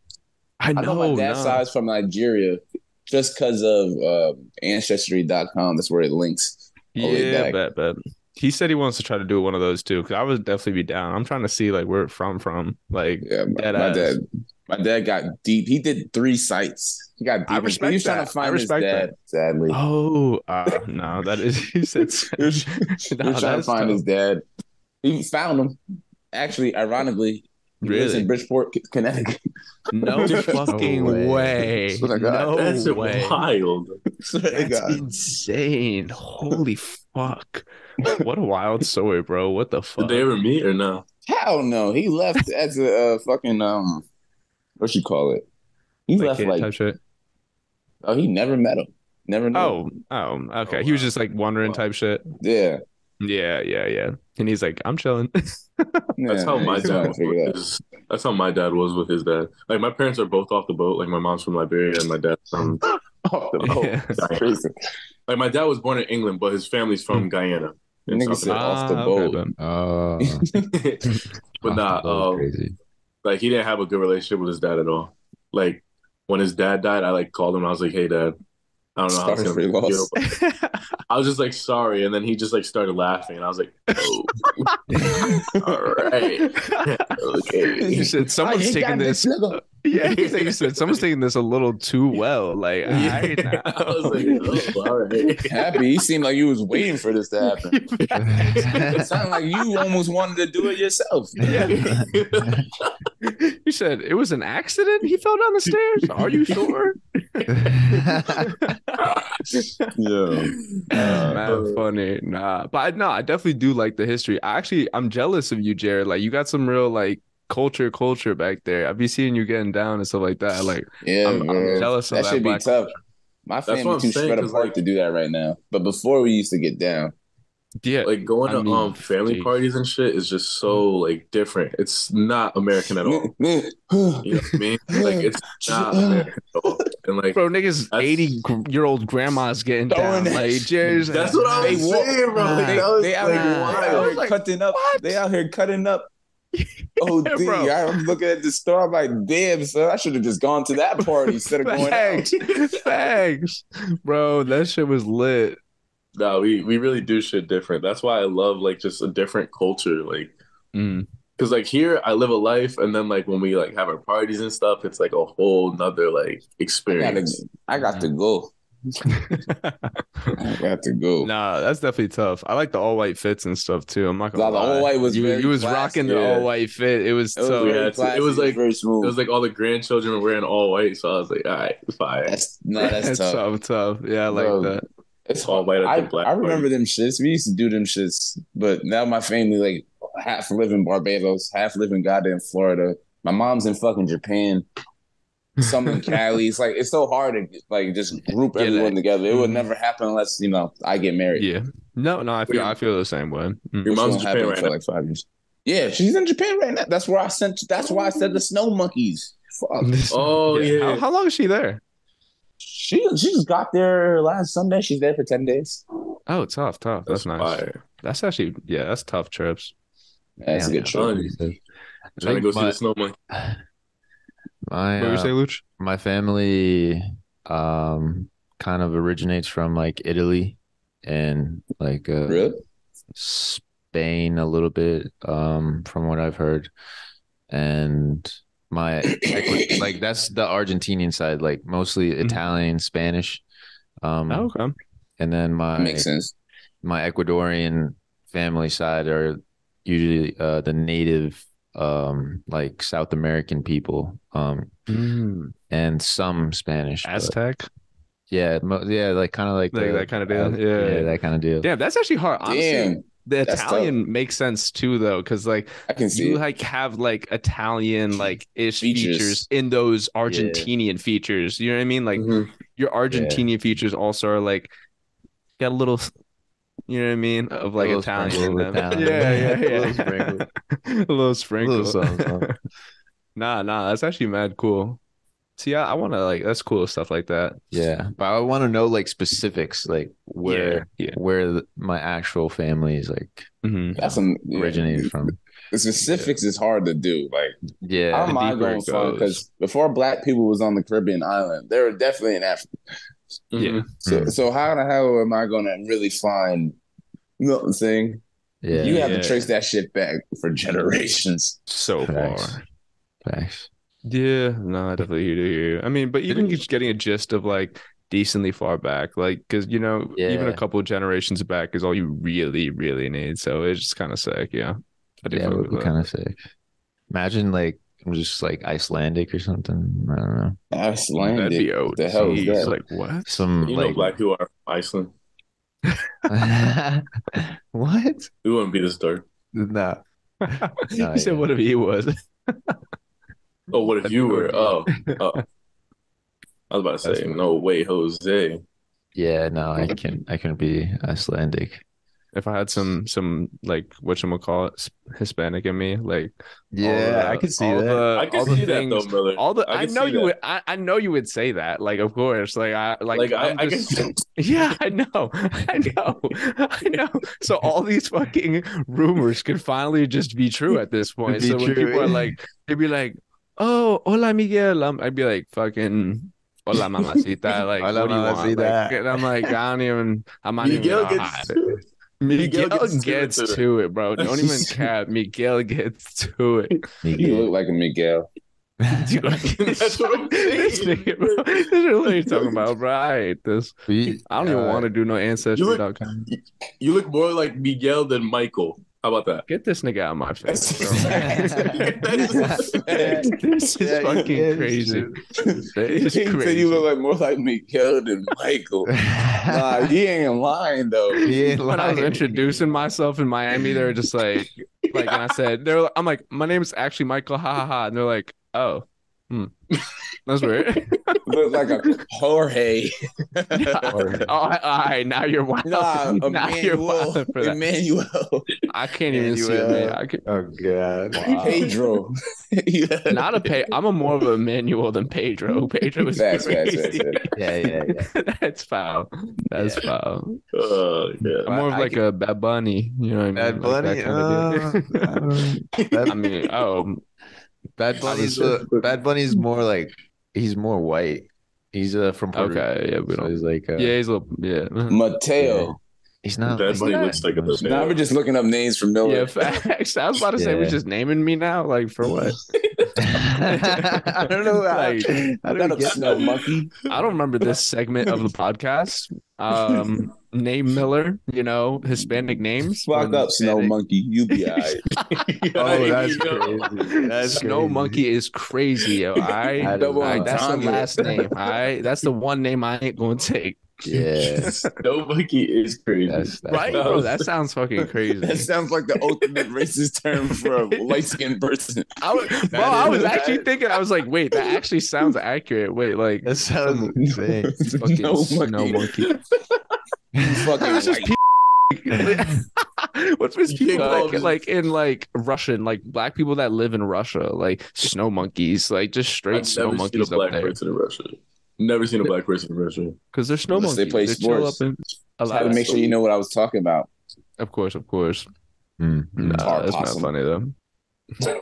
[SPEAKER 5] I know.
[SPEAKER 3] I know my dad's
[SPEAKER 5] nah.
[SPEAKER 3] side's from Nigeria just because of uh, ancestry.com. That's where it links. all the way
[SPEAKER 5] Yeah,
[SPEAKER 3] back.
[SPEAKER 5] bet, bet. He said he wants to try to do one of those too. Cause I would definitely be down. I'm trying to see like where it from from. Like
[SPEAKER 3] Yeah, my,
[SPEAKER 5] Dead
[SPEAKER 3] my
[SPEAKER 5] ass.
[SPEAKER 3] dad. My dad got deep. He did three sites. He got deep.
[SPEAKER 5] I respect
[SPEAKER 3] he was trying
[SPEAKER 5] that.
[SPEAKER 3] to find
[SPEAKER 5] I respect
[SPEAKER 3] his dad. Sadly,
[SPEAKER 5] oh uh, no, that is he said.
[SPEAKER 3] he was, he was
[SPEAKER 5] No,
[SPEAKER 3] trying to
[SPEAKER 5] that's
[SPEAKER 3] find
[SPEAKER 5] tough.
[SPEAKER 3] his dad. He found him. Actually, ironically, he lives
[SPEAKER 5] Really?
[SPEAKER 3] in Bridgeport, C- Connecticut.
[SPEAKER 5] No
[SPEAKER 3] No Oh
[SPEAKER 5] fucking
[SPEAKER 2] way.
[SPEAKER 5] way.
[SPEAKER 3] That's what I got.
[SPEAKER 5] No
[SPEAKER 4] That's
[SPEAKER 5] way.
[SPEAKER 4] wild.
[SPEAKER 3] Swear to Oh
[SPEAKER 5] That's
[SPEAKER 3] God.
[SPEAKER 5] insane. Holy fuck. What a wild story, bro. What the
[SPEAKER 4] Did
[SPEAKER 5] fuck?
[SPEAKER 4] they ever meet or no?
[SPEAKER 3] Hell no. He left as a uh, fucking um, what you call it? He
[SPEAKER 5] Like,
[SPEAKER 3] left
[SPEAKER 5] can't
[SPEAKER 3] like
[SPEAKER 5] touch it.
[SPEAKER 3] oh, he never met him. Never knew. him.
[SPEAKER 5] Oh, oh, okay. he was just like wandering
[SPEAKER 4] Wow.
[SPEAKER 5] type shit.
[SPEAKER 3] yeah.
[SPEAKER 5] Yeah, yeah, yeah. And he's like, I'm chilling.
[SPEAKER 4] That's
[SPEAKER 3] Yeah,
[SPEAKER 4] how my
[SPEAKER 3] he's
[SPEAKER 4] dad
[SPEAKER 3] trying to
[SPEAKER 4] was.
[SPEAKER 3] figure it
[SPEAKER 4] With
[SPEAKER 3] out.
[SPEAKER 4] his, that's how my dad was with his dad. Like my parents are both off the boat. Like my mom's from Liberia and my dad's from.
[SPEAKER 3] Off the boat.
[SPEAKER 5] Yeah.
[SPEAKER 3] Oh, That's crazy.
[SPEAKER 4] Like my dad was born in England, but his family's
[SPEAKER 3] Hmm.
[SPEAKER 4] from Guyana. in
[SPEAKER 3] Nigga
[SPEAKER 4] South
[SPEAKER 3] said off the
[SPEAKER 5] Ah,
[SPEAKER 3] boat.
[SPEAKER 5] okay, bet.
[SPEAKER 2] Oh,
[SPEAKER 4] Africa. but
[SPEAKER 2] off the
[SPEAKER 4] nah,
[SPEAKER 2] boat,
[SPEAKER 4] um,
[SPEAKER 2] crazy.
[SPEAKER 4] like he didn't have a good relationship with his dad at all. Like when his dad died, I like called him. I was like, "Hey, dad, I don't know how it's
[SPEAKER 3] Sorry
[SPEAKER 4] gonna
[SPEAKER 3] for your
[SPEAKER 4] be for you,
[SPEAKER 3] loss.
[SPEAKER 4] but I was just like, "Sorry," and then he just like started laughing, and I was like, oh, "All right, okay."
[SPEAKER 5] you said someone's taking this. Yeah, you said someone's taking this a little too well. Like, I,
[SPEAKER 4] Yeah. I was like, "Oh, all right."
[SPEAKER 3] Happy. You seemed like you was waiting for this to happen. It
[SPEAKER 2] yeah.
[SPEAKER 3] sounded like you almost wanted to do it yourself.
[SPEAKER 5] you said it was an accident. He fell down the stairs. Are you sure?
[SPEAKER 3] Yeah.
[SPEAKER 5] Mad Uh, funny. Nah, but I- no, I definitely do like the history. I actually, I'm jealous of you, Jared. Like, you got some real like culture, culture back there. I be seeing you getting down and stuff like that. Like,
[SPEAKER 3] Yeah,
[SPEAKER 5] I'm- I'm
[SPEAKER 3] bro.
[SPEAKER 5] jealous of
[SPEAKER 3] that
[SPEAKER 5] that
[SPEAKER 3] should be
[SPEAKER 5] black
[SPEAKER 3] tough. My
[SPEAKER 4] That's what
[SPEAKER 3] family
[SPEAKER 4] I'm
[SPEAKER 3] too
[SPEAKER 4] saying,
[SPEAKER 3] spread
[SPEAKER 4] 'cause,
[SPEAKER 3] apart
[SPEAKER 4] like-
[SPEAKER 3] to do that right now. But before we used to get down.
[SPEAKER 5] yeah,
[SPEAKER 4] like going
[SPEAKER 5] I
[SPEAKER 4] to
[SPEAKER 5] mean, Mm.
[SPEAKER 4] um family
[SPEAKER 5] geez.
[SPEAKER 4] parties and shit is just so like different. It's not American at all. You know what I mean? Like it's not American at all. And like
[SPEAKER 5] bro, niggas,
[SPEAKER 4] That's-
[SPEAKER 5] eighty gr- year old grandmas getting
[SPEAKER 3] Throwing it.
[SPEAKER 5] down. Like, Jared's.
[SPEAKER 4] that's what I
[SPEAKER 3] They
[SPEAKER 4] was
[SPEAKER 3] walk-
[SPEAKER 4] saying, bro. Like,
[SPEAKER 2] Nah.
[SPEAKER 4] that was
[SPEAKER 3] They out
[SPEAKER 4] like,
[SPEAKER 3] here,
[SPEAKER 2] Nah.
[SPEAKER 3] they out
[SPEAKER 4] wild.
[SPEAKER 3] here cutting up.
[SPEAKER 5] what?
[SPEAKER 3] They out here cutting up. Oh,
[SPEAKER 5] Yeah,
[SPEAKER 3] D,
[SPEAKER 5] bro.
[SPEAKER 3] I'm looking at the store. I'm like, damn, son, I should have just gone to that party instead of going out.
[SPEAKER 5] Thanks, thanks, bro. That shit was lit.
[SPEAKER 4] No, we we really do shit different. That's why I love like just a different culture. Like
[SPEAKER 5] Mm.
[SPEAKER 4] because like here I live a life, and then like when we like have our parties and stuff, it's like a whole nother
[SPEAKER 3] I
[SPEAKER 4] like
[SPEAKER 3] gotta-
[SPEAKER 4] experience.
[SPEAKER 3] I got to go. I got to go.
[SPEAKER 5] Nah, that's definitely tough. I like the all white fits and stuff too. I'm not gonna
[SPEAKER 3] Nah, the
[SPEAKER 5] lie.
[SPEAKER 3] all-white was
[SPEAKER 5] you,
[SPEAKER 3] very
[SPEAKER 5] you was
[SPEAKER 3] classy,
[SPEAKER 5] rocking the
[SPEAKER 4] yeah.
[SPEAKER 5] all white fit. It was,
[SPEAKER 3] It was,
[SPEAKER 5] tough.
[SPEAKER 3] very
[SPEAKER 4] yeah, it's- it
[SPEAKER 3] classy,
[SPEAKER 4] was like-
[SPEAKER 3] very
[SPEAKER 4] It
[SPEAKER 3] smooth.
[SPEAKER 4] was like all the grandchildren were wearing all white, so I was like, all right, fine.
[SPEAKER 3] that's no, that's
[SPEAKER 5] It's
[SPEAKER 3] tough.
[SPEAKER 5] so tough. Yeah, I like
[SPEAKER 3] Bro,
[SPEAKER 5] that.
[SPEAKER 3] It's
[SPEAKER 4] all white at the
[SPEAKER 3] I,
[SPEAKER 4] black
[SPEAKER 3] I remember them shits. We used to do them shits, but now my family like half live in Barbados, half live in goddamn Florida. My mom's in fucking Japan. Some in Cali. It's like it's so hard to like just group
[SPEAKER 5] Yeah,
[SPEAKER 3] everyone
[SPEAKER 5] like-
[SPEAKER 3] together. It
[SPEAKER 4] Mm-hmm.
[SPEAKER 3] would never happen unless you know I get married.
[SPEAKER 5] Yeah. No, no, I feel
[SPEAKER 4] Wait.
[SPEAKER 5] I feel the same way. Mm.
[SPEAKER 4] Your
[SPEAKER 3] Which
[SPEAKER 4] mom's
[SPEAKER 3] won't
[SPEAKER 4] in
[SPEAKER 3] happen
[SPEAKER 4] Japan right
[SPEAKER 3] for
[SPEAKER 4] now.
[SPEAKER 3] like five years. Yeah, she's in Japan right now. That's where I sent. That's why I said the snow monkeys. Fuck.
[SPEAKER 4] Oh yeah.
[SPEAKER 5] How, how long is she there?
[SPEAKER 3] She she just got there last Sunday. She's there for ten days.
[SPEAKER 5] Oh, tough, tough. That's, nice.
[SPEAKER 4] fire.
[SPEAKER 5] That's actually yeah, that's tough trips.
[SPEAKER 3] That's a
[SPEAKER 2] Yeah.
[SPEAKER 3] good trip.
[SPEAKER 4] Trying to
[SPEAKER 2] Like
[SPEAKER 4] go see
[SPEAKER 2] my-
[SPEAKER 4] the snow monkey.
[SPEAKER 2] My,
[SPEAKER 5] What
[SPEAKER 2] uh,
[SPEAKER 5] you say, Luch?
[SPEAKER 2] my family um kind of originates from like Italy and like uh
[SPEAKER 3] Really?
[SPEAKER 2] Spain a little bit um from what I've heard and my equi- like that's the Argentinian side like mostly Italian Spanish
[SPEAKER 3] Mm.
[SPEAKER 2] um
[SPEAKER 5] Oh, okay.
[SPEAKER 2] and then my
[SPEAKER 3] That makes sense.
[SPEAKER 2] my Ecuadorian family side are usually uh the native um like South American people um
[SPEAKER 5] Mm.
[SPEAKER 2] and some Spanish but-
[SPEAKER 5] Aztec.
[SPEAKER 2] yeah, mo- yeah, like kind of like,
[SPEAKER 5] Like
[SPEAKER 2] the-
[SPEAKER 5] that kinda deal?
[SPEAKER 2] uh,
[SPEAKER 5] Yeah.
[SPEAKER 2] that kind of deal.
[SPEAKER 5] Damn, that's actually hard. Honestly,
[SPEAKER 3] Damn,
[SPEAKER 5] the
[SPEAKER 3] that's tough.
[SPEAKER 5] Italian makes sense too, though, because like
[SPEAKER 3] I can see.
[SPEAKER 5] you
[SPEAKER 3] it.
[SPEAKER 5] like have like Italian like ish features.
[SPEAKER 3] Features.
[SPEAKER 5] in those Argentinian features. You know what I mean? Like
[SPEAKER 4] Mhm.
[SPEAKER 5] your Argentinian features also are like got a little, you know what I mean, of like
[SPEAKER 2] little
[SPEAKER 5] Italian. in
[SPEAKER 2] sprinkle of
[SPEAKER 5] them.
[SPEAKER 2] Italian.
[SPEAKER 5] Yeah, yeah,
[SPEAKER 2] A
[SPEAKER 5] yeah.
[SPEAKER 2] little sprinkle. A
[SPEAKER 5] a little sprinkle.
[SPEAKER 2] little something, something.
[SPEAKER 5] Nah, nah, that's actually mad cool. See, I, I want to like that's cool stuff like that.
[SPEAKER 2] yeah, but I want to know like specifics, like where
[SPEAKER 5] yeah.
[SPEAKER 2] where th- my actual family is like
[SPEAKER 5] Mhm.
[SPEAKER 3] That's some yeah.
[SPEAKER 2] originated from.
[SPEAKER 3] The specifics is hard to do. Like I
[SPEAKER 2] Yeah,
[SPEAKER 3] don't
[SPEAKER 5] the
[SPEAKER 3] mind
[SPEAKER 5] deeper
[SPEAKER 3] going
[SPEAKER 5] it
[SPEAKER 3] far
[SPEAKER 5] goes.
[SPEAKER 3] because before black people was on the Caribbean island, they were definitely in Africa.
[SPEAKER 5] Yeah.
[SPEAKER 4] mm-hmm.
[SPEAKER 3] So
[SPEAKER 2] Mm.
[SPEAKER 3] so how the hell am I gonna really find you know what I'm saying?
[SPEAKER 2] yeah,
[SPEAKER 3] you have
[SPEAKER 5] Yeah.
[SPEAKER 3] to trace that shit back for generations.
[SPEAKER 5] So
[SPEAKER 2] Facts.
[SPEAKER 5] far.
[SPEAKER 2] facts.
[SPEAKER 5] Yeah, no, I definitely hear you. I mean, but even just getting a gist of like decently far back, like because you know even a
[SPEAKER 2] Yeah.
[SPEAKER 5] couple generations back is all you really, really need. So it's just kind of sick. Yeah, I do
[SPEAKER 2] Yeah,
[SPEAKER 5] fuck
[SPEAKER 2] would
[SPEAKER 5] with
[SPEAKER 2] be
[SPEAKER 5] that.
[SPEAKER 2] kind of sick. Imagine like I'm just like Icelandic or something. I don't know.
[SPEAKER 5] That'd
[SPEAKER 3] Icelandic.
[SPEAKER 5] be old.
[SPEAKER 3] the hell is
[SPEAKER 5] Jeez,
[SPEAKER 3] that?
[SPEAKER 5] Like what?
[SPEAKER 2] Some
[SPEAKER 4] You know
[SPEAKER 2] like
[SPEAKER 4] black people are from Iceland.
[SPEAKER 2] what?
[SPEAKER 4] We wouldn't be this dark.
[SPEAKER 2] No.
[SPEAKER 5] you
[SPEAKER 2] Oh, yeah.
[SPEAKER 5] said whatever he was.
[SPEAKER 4] Oh, what if you were? Oh, oh. I was about to say,
[SPEAKER 5] That's-
[SPEAKER 4] no way, Jose.
[SPEAKER 2] Yeah, no, I can I can be Icelandic.
[SPEAKER 5] if I had some some like what you call it Hispanic in me, like all the- all The,
[SPEAKER 4] I
[SPEAKER 5] all
[SPEAKER 4] could
[SPEAKER 5] the
[SPEAKER 4] see that
[SPEAKER 5] things,
[SPEAKER 4] though, brother.
[SPEAKER 5] All the I,
[SPEAKER 4] I could
[SPEAKER 5] know
[SPEAKER 4] see
[SPEAKER 5] you
[SPEAKER 4] that.
[SPEAKER 5] would I, I know you would say that like of course like I like,
[SPEAKER 4] Like, I,
[SPEAKER 5] I'm
[SPEAKER 4] I
[SPEAKER 5] just-
[SPEAKER 4] could,
[SPEAKER 5] yeah I know I know I know so all these fucking rumors could finally just be true at this point
[SPEAKER 2] Be
[SPEAKER 5] so when
[SPEAKER 2] true.
[SPEAKER 5] people are like they'd be like oh, hola Miguel. Um, I'd be like fucking hola mamacita. Like
[SPEAKER 2] Hola,
[SPEAKER 5] what do you want? Like,
[SPEAKER 2] mamacita.
[SPEAKER 5] and I'm like, I don't even I'm not
[SPEAKER 4] Miguel
[SPEAKER 5] even
[SPEAKER 4] gets
[SPEAKER 5] hot.
[SPEAKER 4] to it.
[SPEAKER 5] Miguel,
[SPEAKER 4] Miguel
[SPEAKER 5] gets,
[SPEAKER 4] gets to it,
[SPEAKER 5] to,
[SPEAKER 4] dude.
[SPEAKER 5] it, bro. Don't even cap. Miguel gets to it.
[SPEAKER 3] You look like a Miguel.
[SPEAKER 5] Dude,
[SPEAKER 4] That's what I'm
[SPEAKER 5] this
[SPEAKER 4] saying.
[SPEAKER 5] nigga, bro. This is what you're talking about, bro. I hate this.
[SPEAKER 2] We-
[SPEAKER 5] I don't even
[SPEAKER 2] uh,
[SPEAKER 5] want to do no ancestry.com.
[SPEAKER 4] You look more like Miguel than Michael. How about that?
[SPEAKER 5] Get this nigga out of my face. bro.
[SPEAKER 4] That's-
[SPEAKER 5] this is
[SPEAKER 3] Yeah,
[SPEAKER 5] fucking
[SPEAKER 2] yeah,
[SPEAKER 5] crazy.
[SPEAKER 3] He
[SPEAKER 5] This is
[SPEAKER 3] said
[SPEAKER 5] crazy.
[SPEAKER 3] you look like more like Miguel than Michael. nah, he ain't lying though.
[SPEAKER 2] He ain't
[SPEAKER 5] when I was
[SPEAKER 2] lying.
[SPEAKER 5] introducing myself in Miami, they were just like, like, and I said, they're, I'm like, my name is actually Michael, ha ha ha, and they're like, oh, hmm. that's weird.
[SPEAKER 3] Look like a Jorge.
[SPEAKER 5] oh, all right, now you're wild.
[SPEAKER 3] Nah,
[SPEAKER 5] now you're
[SPEAKER 3] Emmanuel.
[SPEAKER 5] wild for that.
[SPEAKER 3] Emmanuel.
[SPEAKER 5] I can't even see it,
[SPEAKER 2] Emmanuel.
[SPEAKER 5] man. I can,
[SPEAKER 2] Oh god.
[SPEAKER 3] Pedro. yeah.
[SPEAKER 5] not a pay. I'm a more of a Emmanuel than Pedro. Pedro is
[SPEAKER 3] Facts, facts, facts,
[SPEAKER 5] crazy.
[SPEAKER 3] facts.
[SPEAKER 2] Yeah, yeah, yeah.
[SPEAKER 5] That's foul. That's foul.
[SPEAKER 4] Uh, yeah.
[SPEAKER 5] I'm more of
[SPEAKER 2] I
[SPEAKER 5] like a Bad Bunny. You know what I
[SPEAKER 2] Bad
[SPEAKER 5] mean? Like
[SPEAKER 2] Bunny.
[SPEAKER 5] that kind of dude.
[SPEAKER 2] uh, I don't know.
[SPEAKER 5] I mean, oh,
[SPEAKER 2] Bad Bunny's uh, Bad Bunny's more like he's more white. He's uh from Puerto Rico,
[SPEAKER 5] okay, yeah, we
[SPEAKER 2] so
[SPEAKER 5] don't.
[SPEAKER 2] he's like uh,
[SPEAKER 5] Yeah, he's a little, yeah.
[SPEAKER 3] Mateo.
[SPEAKER 2] he's not.
[SPEAKER 4] Bad
[SPEAKER 2] he's
[SPEAKER 4] Bunny
[SPEAKER 2] not-
[SPEAKER 4] looks like a little
[SPEAKER 3] Now we're just looking up names from nowhere.
[SPEAKER 5] Yeah, facts. I was about to say we're
[SPEAKER 2] Yeah.
[SPEAKER 5] just naming me now, like for what?
[SPEAKER 2] I don't know.
[SPEAKER 5] Like,
[SPEAKER 2] I
[SPEAKER 3] Not
[SPEAKER 2] don't
[SPEAKER 3] a
[SPEAKER 2] get
[SPEAKER 3] snow monkey.
[SPEAKER 5] I don't remember this segment of the podcast. Um, name Miller, you know, Hispanic names.
[SPEAKER 3] Fuck
[SPEAKER 5] When
[SPEAKER 3] up, snow monkey. You be alright.
[SPEAKER 2] Oh,
[SPEAKER 4] Yeah,
[SPEAKER 2] that's
[SPEAKER 4] you know.
[SPEAKER 2] crazy. That's
[SPEAKER 5] Snow
[SPEAKER 2] crazy.
[SPEAKER 5] Monkey is crazy, yo. I,
[SPEAKER 2] I
[SPEAKER 3] Double
[SPEAKER 2] don't know.
[SPEAKER 5] that's the
[SPEAKER 3] Tanya.
[SPEAKER 5] last name. I that's the one name I ain't gonna take.
[SPEAKER 2] Yeah,
[SPEAKER 4] Snow monkey is crazy.
[SPEAKER 2] that's, that's
[SPEAKER 5] Right, bro? That sounds fucking crazy.
[SPEAKER 3] That sounds like the ultimate racist term for a light skinned person.
[SPEAKER 5] I was, bro,
[SPEAKER 3] That
[SPEAKER 5] I
[SPEAKER 3] is-
[SPEAKER 5] was
[SPEAKER 3] that
[SPEAKER 5] actually
[SPEAKER 3] is-
[SPEAKER 5] thinking. I was like, wait, that actually sounds accurate. Wait, like
[SPEAKER 2] That sounds insane.
[SPEAKER 5] fucking
[SPEAKER 3] no monkey.
[SPEAKER 5] Snow Monkey.
[SPEAKER 3] You fucking
[SPEAKER 5] It was just
[SPEAKER 3] white.
[SPEAKER 5] people. What's with
[SPEAKER 4] You
[SPEAKER 5] people
[SPEAKER 4] can't call
[SPEAKER 5] like,
[SPEAKER 4] them-
[SPEAKER 5] like in like Russian, like black people that live in Russia, like snow monkeys, like just
[SPEAKER 4] I've
[SPEAKER 5] straight
[SPEAKER 4] never
[SPEAKER 5] snow
[SPEAKER 4] seen a
[SPEAKER 5] monkeys up
[SPEAKER 4] black
[SPEAKER 5] there
[SPEAKER 4] person in Russia. Never seen a black person in Russia.
[SPEAKER 5] because they're snow
[SPEAKER 3] Unless
[SPEAKER 5] monkeys.
[SPEAKER 3] they play
[SPEAKER 5] They're chill
[SPEAKER 3] sports.
[SPEAKER 5] up in
[SPEAKER 3] Had to
[SPEAKER 5] Alaska.
[SPEAKER 3] make sure you know what I was talking about.
[SPEAKER 5] Of course, of course.
[SPEAKER 2] Hmm.
[SPEAKER 5] Nah,
[SPEAKER 3] Tar
[SPEAKER 5] that's not
[SPEAKER 3] possum.
[SPEAKER 5] funny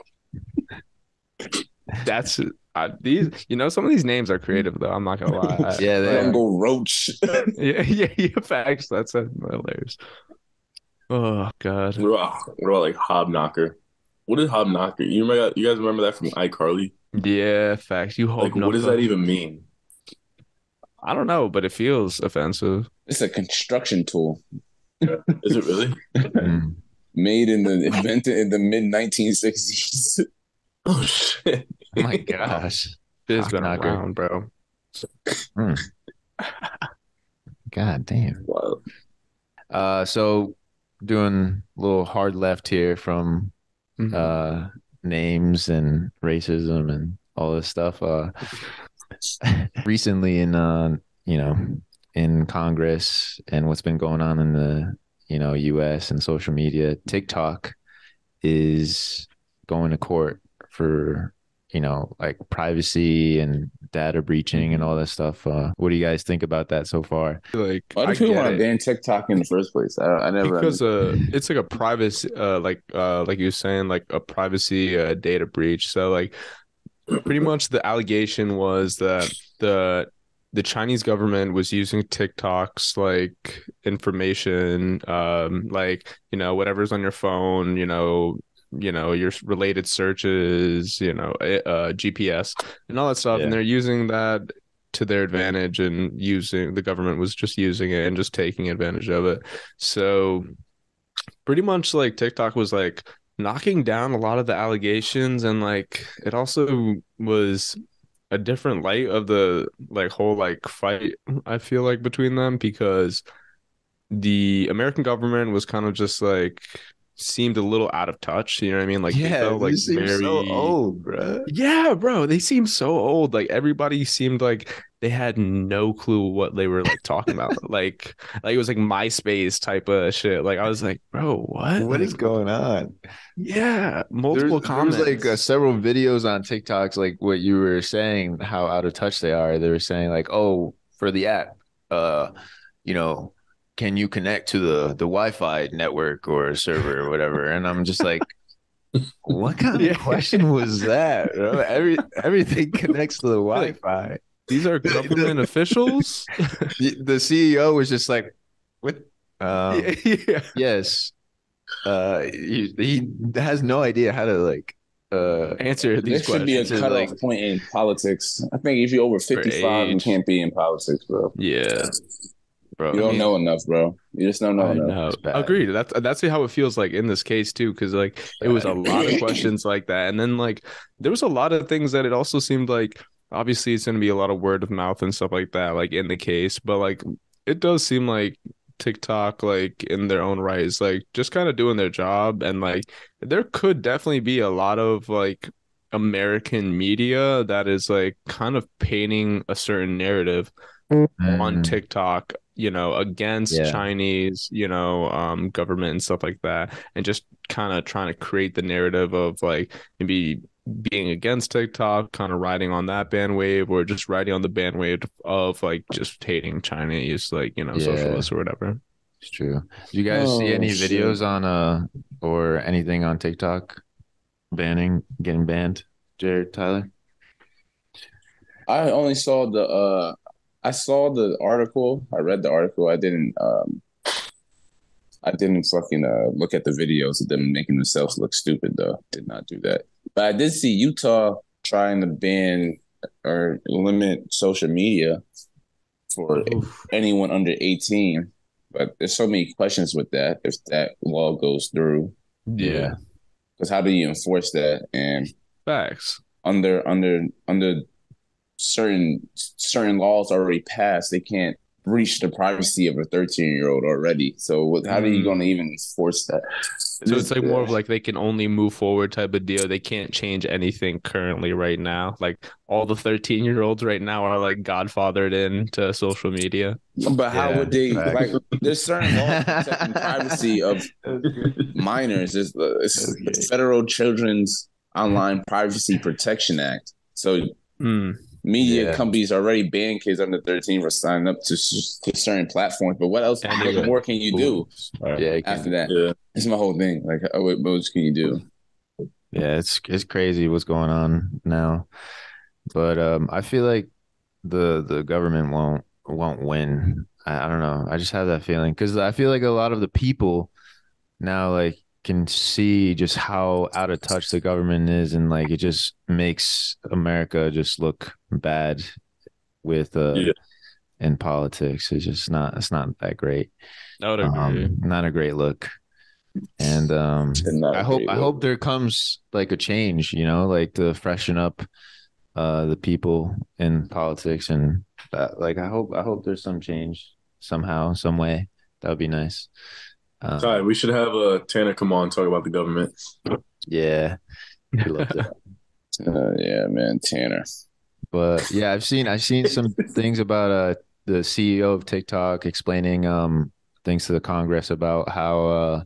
[SPEAKER 5] though. that's I, these. You know, some of these names are creative though. I'm not gonna lie. I-
[SPEAKER 2] Yeah, they are.
[SPEAKER 3] Jungle roach.
[SPEAKER 5] yeah, yeah, yeah. Facts. That's uh, hilarious. Oh God.
[SPEAKER 4] What about, what about like Hobknocker? What is Hobknocker? You remember? You guys remember that from iCarly?
[SPEAKER 5] Yeah, facts. You
[SPEAKER 4] Like,
[SPEAKER 5] hope.
[SPEAKER 4] what does that even mean?
[SPEAKER 5] I don't know, but it feels offensive.
[SPEAKER 3] It's a construction tool
[SPEAKER 4] Is it really?
[SPEAKER 2] Hmm.
[SPEAKER 3] made in the invented in the mid 1960s.
[SPEAKER 4] oh shit!
[SPEAKER 2] Oh my gosh,
[SPEAKER 4] Ah,
[SPEAKER 5] It's been
[SPEAKER 2] Knocker.
[SPEAKER 5] around, bro.
[SPEAKER 2] god damn.
[SPEAKER 4] Wow.
[SPEAKER 2] Uh, so doing a little hard left here from
[SPEAKER 4] Mm-hmm.
[SPEAKER 2] uh names and racism and all this stuff uh recently in uh you know in congress and what's been going on in the you know us and social media tiktok is going to court for you know like privacy and data breaching and all that stuff uh what do you guys think about that so far
[SPEAKER 5] like
[SPEAKER 3] Why do
[SPEAKER 5] I
[SPEAKER 3] people
[SPEAKER 5] get
[SPEAKER 3] want to
[SPEAKER 5] it.
[SPEAKER 3] ban TikTok in the first place? I, I never.
[SPEAKER 5] because
[SPEAKER 3] understood.
[SPEAKER 5] uh, it's like a privacy, uh, like uh, like you were saying, like a privacy uh, data breach. So like, pretty much the allegation was that the the Chinese government was using TikTok's like information, um, like you know whatever's on your phone, you know, you know your related searches, you know, eh, uh, GPS and all that stuff,
[SPEAKER 2] Yeah.
[SPEAKER 5] and they're using that to their advantage and using the government was just using it and just taking advantage of it. So pretty much like TikTok was like knocking down a lot of the allegations and like it also was a different light of the like whole like fight I feel like between them because the American government was kind of just like seemed a little out of touch, you know what I mean? Like they felt like very
[SPEAKER 2] bro
[SPEAKER 5] yeah, bro, they seem so old. Like everybody seemed like they had no clue what they were like talking about. like, like it was like MySpace type of shit. Like I was like, bro, what? Like,
[SPEAKER 2] going on
[SPEAKER 5] Yeah,
[SPEAKER 2] There's-
[SPEAKER 5] multiple
[SPEAKER 2] there was,
[SPEAKER 5] comments.
[SPEAKER 2] like uh, several videos on TikToks, like what you were saying, how out of touch they are. They were saying like, "Oh, for the app, uh, you know, can you connect to the the Wi-Fi network or server or whatever?" And I'm just like, What kind
[SPEAKER 5] Yeah.
[SPEAKER 2] of question was that? Bro? Every everything connects to the
[SPEAKER 5] Like-
[SPEAKER 2] Wi-Fi.
[SPEAKER 5] These are government officials.
[SPEAKER 2] The, the CEO was just like, "What? Um,
[SPEAKER 5] yeah.
[SPEAKER 2] Yes." Uh, he, he has no idea how to like uh
[SPEAKER 5] Answer
[SPEAKER 3] There
[SPEAKER 5] these
[SPEAKER 3] should be a
[SPEAKER 2] questions,
[SPEAKER 5] questions.
[SPEAKER 3] cutoff
[SPEAKER 2] like-
[SPEAKER 3] point in politics. I think if you're over 55, you
[SPEAKER 5] age.
[SPEAKER 3] can't be in politics, bro.
[SPEAKER 5] yeah.
[SPEAKER 2] bro.
[SPEAKER 3] You don't know enough, bro. You just don't know
[SPEAKER 5] I
[SPEAKER 3] enough.
[SPEAKER 5] know.
[SPEAKER 2] It's bad.
[SPEAKER 5] Agreed. That's that's how it feels like in this case too, because like it was a lot of questions like that, and then like there was a lot of things that it also seemed like. Obviously, it's going to be a lot of word of mouth and stuff like that, like in the case, but like it does seem like TikTok, like in their own right, is like just kind of doing their job, and like there could definitely be a lot of like American media that is like kind of painting a certain narrative on
[SPEAKER 2] Mm.
[SPEAKER 5] TikTok, you know, against
[SPEAKER 2] Yeah.
[SPEAKER 5] Chinese, you know, um, government and stuff like that, and just kind of trying to create the narrative of like maybe being against TikTok, kind of riding on that bandwave, or just riding on the bandwave of like just hating Chinese, like you know,
[SPEAKER 2] Yeah.
[SPEAKER 5] socialists or whatever.
[SPEAKER 2] It's true. Do you guys
[SPEAKER 3] Oh,
[SPEAKER 2] see any
[SPEAKER 3] shit.
[SPEAKER 2] videos on uh or anything on TikTok banning getting banned? Jared Tyler.
[SPEAKER 3] I only saw the uh I saw the article. I read the article. I didn't um I didn't fucking uh look at the videos of them making themselves look stupid though. Did not do that. But I did see Utah trying to ban or limit social media for anyone under 18. But there's so many questions with that if that law goes through.
[SPEAKER 2] Yeah.
[SPEAKER 3] Because how do you enforce that? And
[SPEAKER 5] Facts.
[SPEAKER 3] under under under certain certain laws already passed, they can't breach the privacy of a 13 year old already. So what, how are you
[SPEAKER 5] Mm.
[SPEAKER 3] going to even enforce that?
[SPEAKER 5] So it's like more of like they can only move forward type of deal. They can't change anything currently right now. Like all the 13 year olds right now are like godfathered into social media.
[SPEAKER 3] But how
[SPEAKER 2] Yeah,
[SPEAKER 3] would they
[SPEAKER 2] facts.
[SPEAKER 3] like? There's certain laws protecting privacy of minors. There's the it's the federal Children's Online Privacy Protection Act. So
[SPEAKER 5] Mm.
[SPEAKER 3] media
[SPEAKER 2] Yeah.
[SPEAKER 3] companies already ban kids under 13 for signing up to, s- to certain platforms. But what else?
[SPEAKER 5] Anyway.
[SPEAKER 3] What more can you do
[SPEAKER 2] Yeah, it can-
[SPEAKER 3] after that?
[SPEAKER 4] Yeah.
[SPEAKER 3] It's my whole thing. Like, oh, what what else can you do?
[SPEAKER 2] yeah, it's it's crazy what's going on now. But um I feel like the the government won't won't win. I, I don't know. I just have that feeling because I feel like a lot of the people now like can see just how out of touch the government is and like it just makes America just look bad with uh
[SPEAKER 4] Yeah.
[SPEAKER 2] in politics. It's just not it's not that great.
[SPEAKER 5] I would agree.
[SPEAKER 2] Um, not a great look. And um I hope I hope there comes like a change, you know, like to freshen up uh the people in politics and that, like I hope I hope there's some change somehow, some way. That would be nice. Um,
[SPEAKER 4] Ty, we should have uh, Tanner come on and talk about the government.
[SPEAKER 2] yeah. We love that.
[SPEAKER 3] Uh, yeah, man, Tanner.
[SPEAKER 2] But yeah, I've seen I've seen some things about uh the CEO of TikTok explaining um things to the Congress about how uh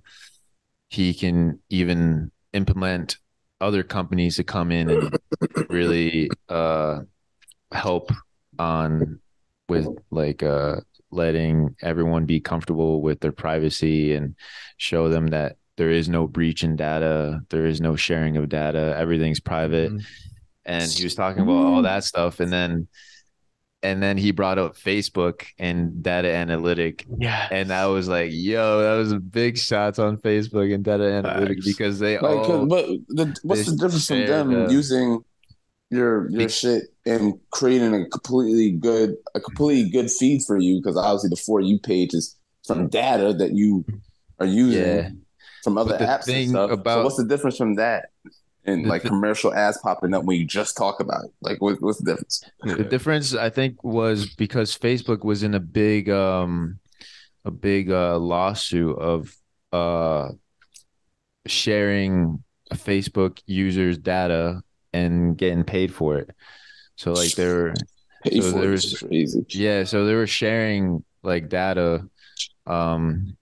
[SPEAKER 2] he can even implement other companies to come in and really uh help on with like uh letting everyone be comfortable with their privacy and show them that there is no breach in data, there is no sharing of data, everything's private.
[SPEAKER 5] Mhm.
[SPEAKER 2] And he was talking about all that stuff and then and then he brought up Facebook and data analytic
[SPEAKER 5] Yeah.
[SPEAKER 2] and I was like, yo, that was big shots on Facebook and data analytic
[SPEAKER 5] Facts.
[SPEAKER 2] because they
[SPEAKER 3] Like,
[SPEAKER 2] all
[SPEAKER 3] 'cause- but the, what's the
[SPEAKER 2] they
[SPEAKER 3] difference from them
[SPEAKER 2] shared, Oh, uh,
[SPEAKER 3] using your your shit and creating a completely good a completely good feed for you? Because obviously, the for you page is from data that you are using
[SPEAKER 2] Yeah.
[SPEAKER 3] from other
[SPEAKER 2] But the
[SPEAKER 3] apps
[SPEAKER 2] thing
[SPEAKER 3] and stuff. so
[SPEAKER 2] about-
[SPEAKER 3] what's the difference from that? And
[SPEAKER 2] The
[SPEAKER 3] like
[SPEAKER 2] thi-
[SPEAKER 3] commercial ads popping up when you just talk about it. Like, what, what's the difference?
[SPEAKER 2] the difference I think was because Facebook was in a big um a big uh lawsuit of uh sharing Facebook users data and getting paid for it. So like they were
[SPEAKER 3] Pay
[SPEAKER 2] So
[SPEAKER 3] for it
[SPEAKER 2] there's-
[SPEAKER 3] is crazy.
[SPEAKER 2] yeah, so they were sharing like data um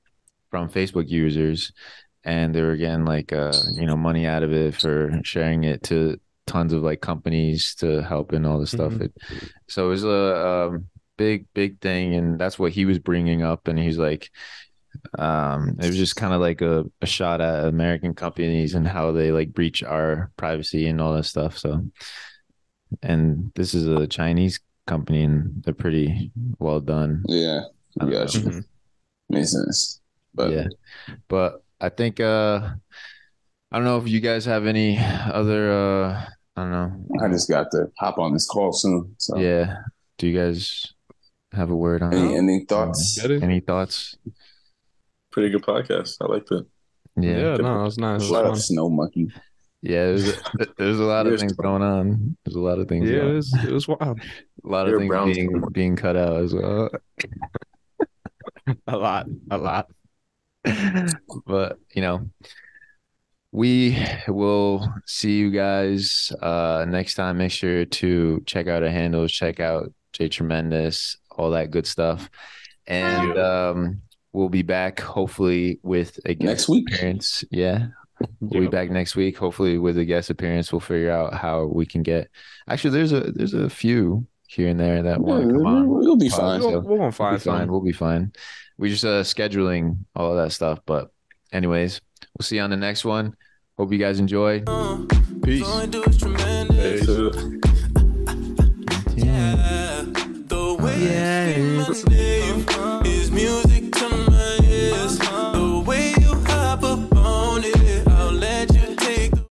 [SPEAKER 2] from Facebook users and they were getting like uh you know money out of it for sharing it to tons of like companies to help and all this stuff.
[SPEAKER 5] Mhm.
[SPEAKER 2] It, so it was a um, big big thing and that's what he was bringing up and he's like Um, it was just kind of like a, a shot at American companies and how they like breach our privacy and all that stuff. So, and this is a Chinese company and they're pretty well done.
[SPEAKER 3] Yeah,
[SPEAKER 2] I don't know.
[SPEAKER 3] gotcha. Makes sense. But
[SPEAKER 2] yeah, but I think uh, I don't know if you guys have any other uh, I don't know.
[SPEAKER 3] I just got to hop on this call soon. So
[SPEAKER 2] Yeah, do you guys have a word on
[SPEAKER 3] any
[SPEAKER 2] it?
[SPEAKER 3] any thoughts?
[SPEAKER 5] Get it?
[SPEAKER 2] Any thoughts?
[SPEAKER 4] Pretty good podcast. I like that.
[SPEAKER 5] Yeah,
[SPEAKER 2] Yeah,
[SPEAKER 5] no, that was nice.
[SPEAKER 3] Shut up, snow monkey.
[SPEAKER 2] yeah. There's there's a lot of
[SPEAKER 4] Here's-
[SPEAKER 2] things going on. There's a lot of things.
[SPEAKER 5] Yeah,
[SPEAKER 2] going
[SPEAKER 5] it
[SPEAKER 2] on.
[SPEAKER 5] was, it was wild.
[SPEAKER 2] a lot of
[SPEAKER 4] You're
[SPEAKER 2] things
[SPEAKER 4] Browns
[SPEAKER 2] being
[SPEAKER 4] fan.
[SPEAKER 2] being cut out as well.
[SPEAKER 5] a lot, a lot.
[SPEAKER 2] but you know, we will see you guys uh next time. Make sure to check out our handles, check out Jay Tremendous, all that good stuff, and um, we'll be back hopefully with a guest
[SPEAKER 3] Next week.
[SPEAKER 2] appearance. Yeah. We'll be back next week, hopefully with a guest appearance. We'll figure out how we can get. Actually, there's a there's a few here and there that want to come on.
[SPEAKER 3] We'll be
[SPEAKER 2] Wow.
[SPEAKER 3] fine.
[SPEAKER 5] We'll, we'll gonna find
[SPEAKER 2] We'll be fine.
[SPEAKER 5] some.
[SPEAKER 2] We'll be fine. We just uh scheduling all of that stuff. But anyways, we'll see you on the next one. Hope you guys enjoy.
[SPEAKER 4] Peace.
[SPEAKER 1] All I do is tremendous.
[SPEAKER 4] Peace.